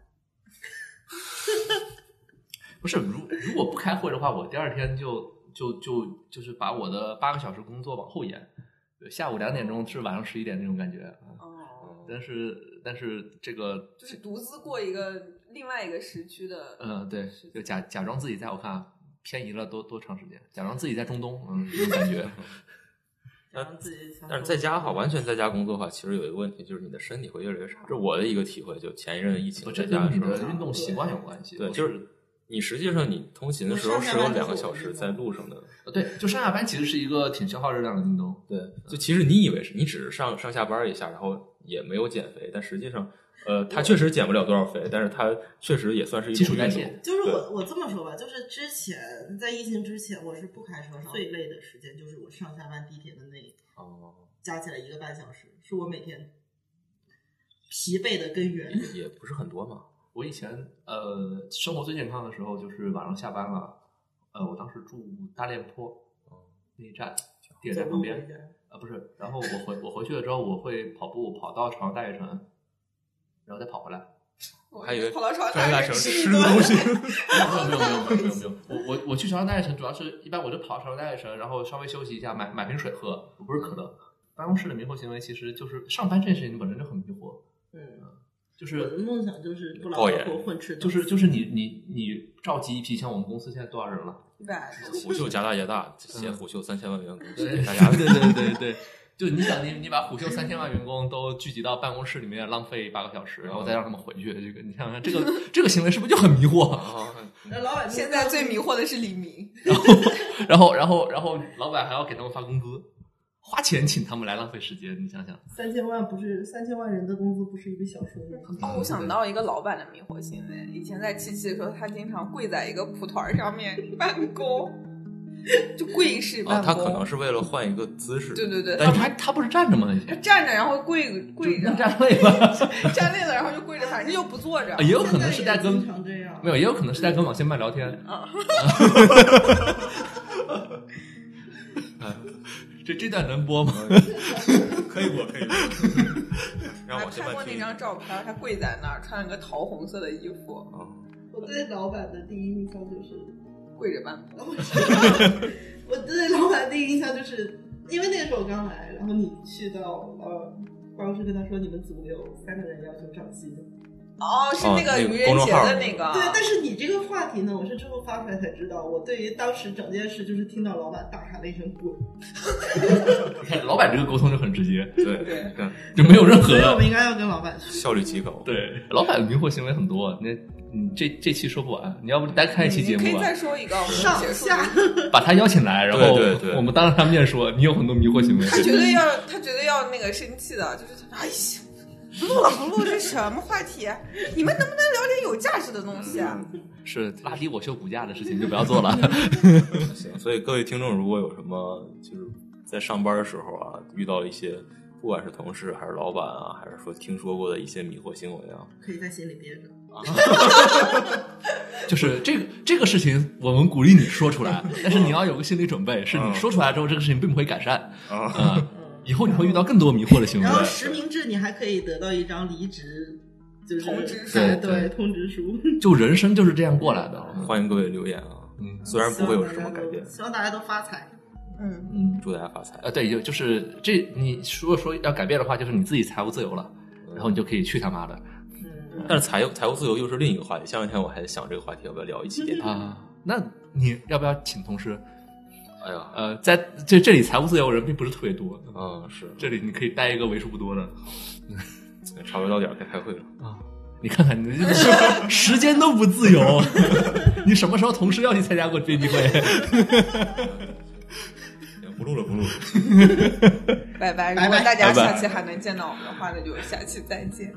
[SPEAKER 3] 不是如如果不开会的话，我第二天就就就就是把我的八个小时工作往后延，对下午两点钟至晚上十一点那种感觉啊。
[SPEAKER 4] 哦，
[SPEAKER 3] 但是但是这个
[SPEAKER 4] 就是独自过一个另外一个时区的，
[SPEAKER 3] 呃，对
[SPEAKER 4] 是，
[SPEAKER 3] 就假假装自己在我看啊偏移了多多长时间，假装自己在中东， 嗯，这种感觉。
[SPEAKER 1] 然后自己想嗯
[SPEAKER 2] 但是在家的话，完全在家工作的话，其实有一个问题，就是你的身体会越来越差。这是我的一个体会，就前一阵疫情
[SPEAKER 3] 我
[SPEAKER 2] 在
[SPEAKER 3] 这
[SPEAKER 2] 家
[SPEAKER 3] 跟
[SPEAKER 2] 的
[SPEAKER 3] 你
[SPEAKER 2] 时候
[SPEAKER 3] 的，运动习惯有关系。
[SPEAKER 2] 对，
[SPEAKER 3] 我
[SPEAKER 2] 就是你实际上你通勤的时候
[SPEAKER 1] 我上
[SPEAKER 2] 是
[SPEAKER 1] 下班
[SPEAKER 2] 有
[SPEAKER 1] 都是
[SPEAKER 2] 两个
[SPEAKER 1] 我
[SPEAKER 2] 小
[SPEAKER 1] 运
[SPEAKER 2] 时
[SPEAKER 1] 动
[SPEAKER 2] 在路上的，
[SPEAKER 3] 呃对，就上下班其实是一个挺消耗热量的运动。
[SPEAKER 2] 对，就其实你以为是你只是上上下班一下，然后也没有减肥，但实际上，呃，它确实减不了多少肥，但是它确实也算是一
[SPEAKER 3] 基
[SPEAKER 2] 种
[SPEAKER 3] 础代
[SPEAKER 2] 运
[SPEAKER 3] 谢
[SPEAKER 2] 动。
[SPEAKER 1] 就是
[SPEAKER 2] 对
[SPEAKER 1] 我我这么说吧，就是之前在疫情之前，我是不开车上，最累的时间就是我上下班地铁的那
[SPEAKER 2] 哦，
[SPEAKER 1] 加起来一个半小时，是我每天疲惫的根 源。
[SPEAKER 2] 也不是很多嘛。
[SPEAKER 3] 我以前呃生活最健康的时候就是晚上下班了，呃，我当时住大练坡那一站，地铁站旁边，啊，不是，然后我回我回去了之后，我会跑步跑到朝阳大悦城，然后再跑回来。
[SPEAKER 4] 我
[SPEAKER 2] 还以为
[SPEAKER 4] 跑到床
[SPEAKER 2] 上
[SPEAKER 4] 上
[SPEAKER 2] 大
[SPEAKER 4] 去
[SPEAKER 2] 城
[SPEAKER 4] 吃
[SPEAKER 2] 吃
[SPEAKER 4] 一顿
[SPEAKER 2] 东西，
[SPEAKER 3] 没有没有没有没有没有，我我我去朝阳大悦城主要是一般我就跑朝阳大悦城，然后稍微休息一下，买买瓶水喝，不是可乐。办公室的迷惑行为其实就是上班这件事情本身就很迷惑，
[SPEAKER 1] 嗯，
[SPEAKER 3] 就
[SPEAKER 1] 我的
[SPEAKER 3] 是
[SPEAKER 1] 梦想就是不劳
[SPEAKER 2] 暴
[SPEAKER 1] 而
[SPEAKER 2] 饮
[SPEAKER 1] 获混吃等
[SPEAKER 3] 就
[SPEAKER 1] 死，
[SPEAKER 3] 是就是你你你召集一批，像我们公司现在多少人了？
[SPEAKER 4] 一百多
[SPEAKER 2] 虎嗅家大业大，写虎嗅三千万员工，谢谢
[SPEAKER 3] 嗯对。
[SPEAKER 2] 大家
[SPEAKER 3] 对对对对，就你想你你把虎嗅三千万员工都聚集到办公室里面浪费八个小时，然后再让他们回去，这个你想想这 个这个行为是不是就很迷惑？
[SPEAKER 2] 哦
[SPEAKER 1] 那老板
[SPEAKER 4] 现在最迷惑的是李明，
[SPEAKER 3] 然后然后然后老板还要给他们发工资，花钱请他们来浪费时间，你想想。
[SPEAKER 1] 三千万不是三千万人的工资不是一笔小数目吗。
[SPEAKER 4] 哦，我想到一个老板的迷惑行为。以前在七七的时候，他经常跪在一个蒲团上面办公，就跪式
[SPEAKER 2] 啊，
[SPEAKER 4] 办公。
[SPEAKER 2] 他可能是为了换一个姿势。
[SPEAKER 4] 对 对对，
[SPEAKER 3] 但是他他不是站着吗？那
[SPEAKER 4] 他
[SPEAKER 3] 天
[SPEAKER 4] 站着，然后跪跪
[SPEAKER 3] 就
[SPEAKER 4] 着，
[SPEAKER 3] 站 累了，
[SPEAKER 4] 站累了，然后就跪着，反正又不坐
[SPEAKER 2] 哎
[SPEAKER 4] 着。
[SPEAKER 3] 也有可能是在
[SPEAKER 1] 经
[SPEAKER 3] 跟
[SPEAKER 1] 常哦这样，
[SPEAKER 3] 没有，也有可能是在跟网线麦聊天。
[SPEAKER 4] 啊，
[SPEAKER 3] 嗯 这这段能播吗？
[SPEAKER 2] 可以播，可以播。 让
[SPEAKER 4] 还
[SPEAKER 2] 我先
[SPEAKER 4] 拍
[SPEAKER 2] 慢
[SPEAKER 4] 过那
[SPEAKER 2] 听。
[SPEAKER 4] 张照片，他跪在那儿，穿了个桃红色的衣服，
[SPEAKER 2] 哦
[SPEAKER 1] 我对老板的第一印象就是，
[SPEAKER 4] 跪着办公。
[SPEAKER 1] 我对老板的第一印象就是，因为那个时候我刚来，然后你去到呃办公室跟他说你们组有三个人要求涨薪，
[SPEAKER 4] 哦，是
[SPEAKER 2] 哦
[SPEAKER 4] 那个
[SPEAKER 2] 那个
[SPEAKER 4] 愚人
[SPEAKER 2] 公众
[SPEAKER 4] 节
[SPEAKER 2] 号
[SPEAKER 4] 的
[SPEAKER 2] 儿
[SPEAKER 4] 那
[SPEAKER 3] 啊
[SPEAKER 4] 个。
[SPEAKER 1] 对，但是你这个话题呢，我是之后发出来才知道，我对于当时整件事就是听到老板大喊了一声滚，
[SPEAKER 3] 你 看老板这个沟通就很直接，
[SPEAKER 2] 对
[SPEAKER 4] 对
[SPEAKER 2] 你看
[SPEAKER 3] 就没有任
[SPEAKER 1] 所以我
[SPEAKER 3] 何
[SPEAKER 1] 们应该要跟老板说，
[SPEAKER 2] 效率极高。
[SPEAKER 3] 对老板的迷惑行为很多。那你这这期说不完，你要不单开一期节
[SPEAKER 4] 你可
[SPEAKER 3] 目
[SPEAKER 4] 以
[SPEAKER 3] 吧，
[SPEAKER 4] 再说一个，我们
[SPEAKER 1] 上
[SPEAKER 4] 结束
[SPEAKER 1] 下
[SPEAKER 4] 这个。
[SPEAKER 3] 把他邀请来，然后
[SPEAKER 2] 对对对
[SPEAKER 3] 我们当着他面说你有很多迷惑行为。
[SPEAKER 4] 他绝对 要，他绝对要那个生气的，就是哎呀，录了不录这什么话题？啊你们能不能聊点有价值的东西啊？
[SPEAKER 3] 是拉低我秀骨架的事情就不要做了。
[SPEAKER 2] 行，所以各位听众，如果有什么就是在上班的时候啊，遇到一些不管是同事还是老板啊，还是说听说过的一些迷惑行为啊，
[SPEAKER 1] 可以在心里憋着。
[SPEAKER 3] 就是这个这个事情，我们鼓励你说出来，但是你要有个心理准
[SPEAKER 2] 嗯
[SPEAKER 3] 备，是你说出来之后，这个事情并不会改善。
[SPEAKER 2] 啊
[SPEAKER 3] 嗯，以后你会遇到更多迷惑的行为
[SPEAKER 1] 然。后
[SPEAKER 2] 嗯
[SPEAKER 1] 实名制你还可以得到一张离职，就是
[SPEAKER 4] 通知书
[SPEAKER 1] 对
[SPEAKER 3] 对
[SPEAKER 1] 对通知书。
[SPEAKER 3] 就人生就是这样过来的。
[SPEAKER 2] 欢迎各位留言啊。
[SPEAKER 3] 嗯
[SPEAKER 2] 虽然不会有什么改变，
[SPEAKER 1] 希望大家都希望大家都发财。
[SPEAKER 4] 嗯，
[SPEAKER 3] 嗯，
[SPEAKER 2] 祝大家发财。
[SPEAKER 3] 呃，对，就就是这，你如果说要改变的话，就是你自己财务自由了，然后你就可以去他妈的。
[SPEAKER 1] 嗯，
[SPEAKER 2] 但是财务财务自由又是另一个话题。前两天我还在想这个话题要不要聊一期电台。
[SPEAKER 3] 啊。那你要不要请同事？
[SPEAKER 2] 哎呀，
[SPEAKER 3] 呃，在这这里财务自由人并不是特别多，
[SPEAKER 2] 嗯，是
[SPEAKER 3] 这里你可以带一个为数不多的
[SPEAKER 2] 差不多到点儿该开会了。
[SPEAKER 3] 啊。你看看，你这时间都不自由，你什么时候同时要去参加过追击会？
[SPEAKER 2] 不录了，不录了。
[SPEAKER 4] 拜拜。如
[SPEAKER 1] 拜
[SPEAKER 4] 果
[SPEAKER 1] 拜
[SPEAKER 4] 大家
[SPEAKER 2] 拜拜
[SPEAKER 4] 下期还能见到我们的话，那就下期再见。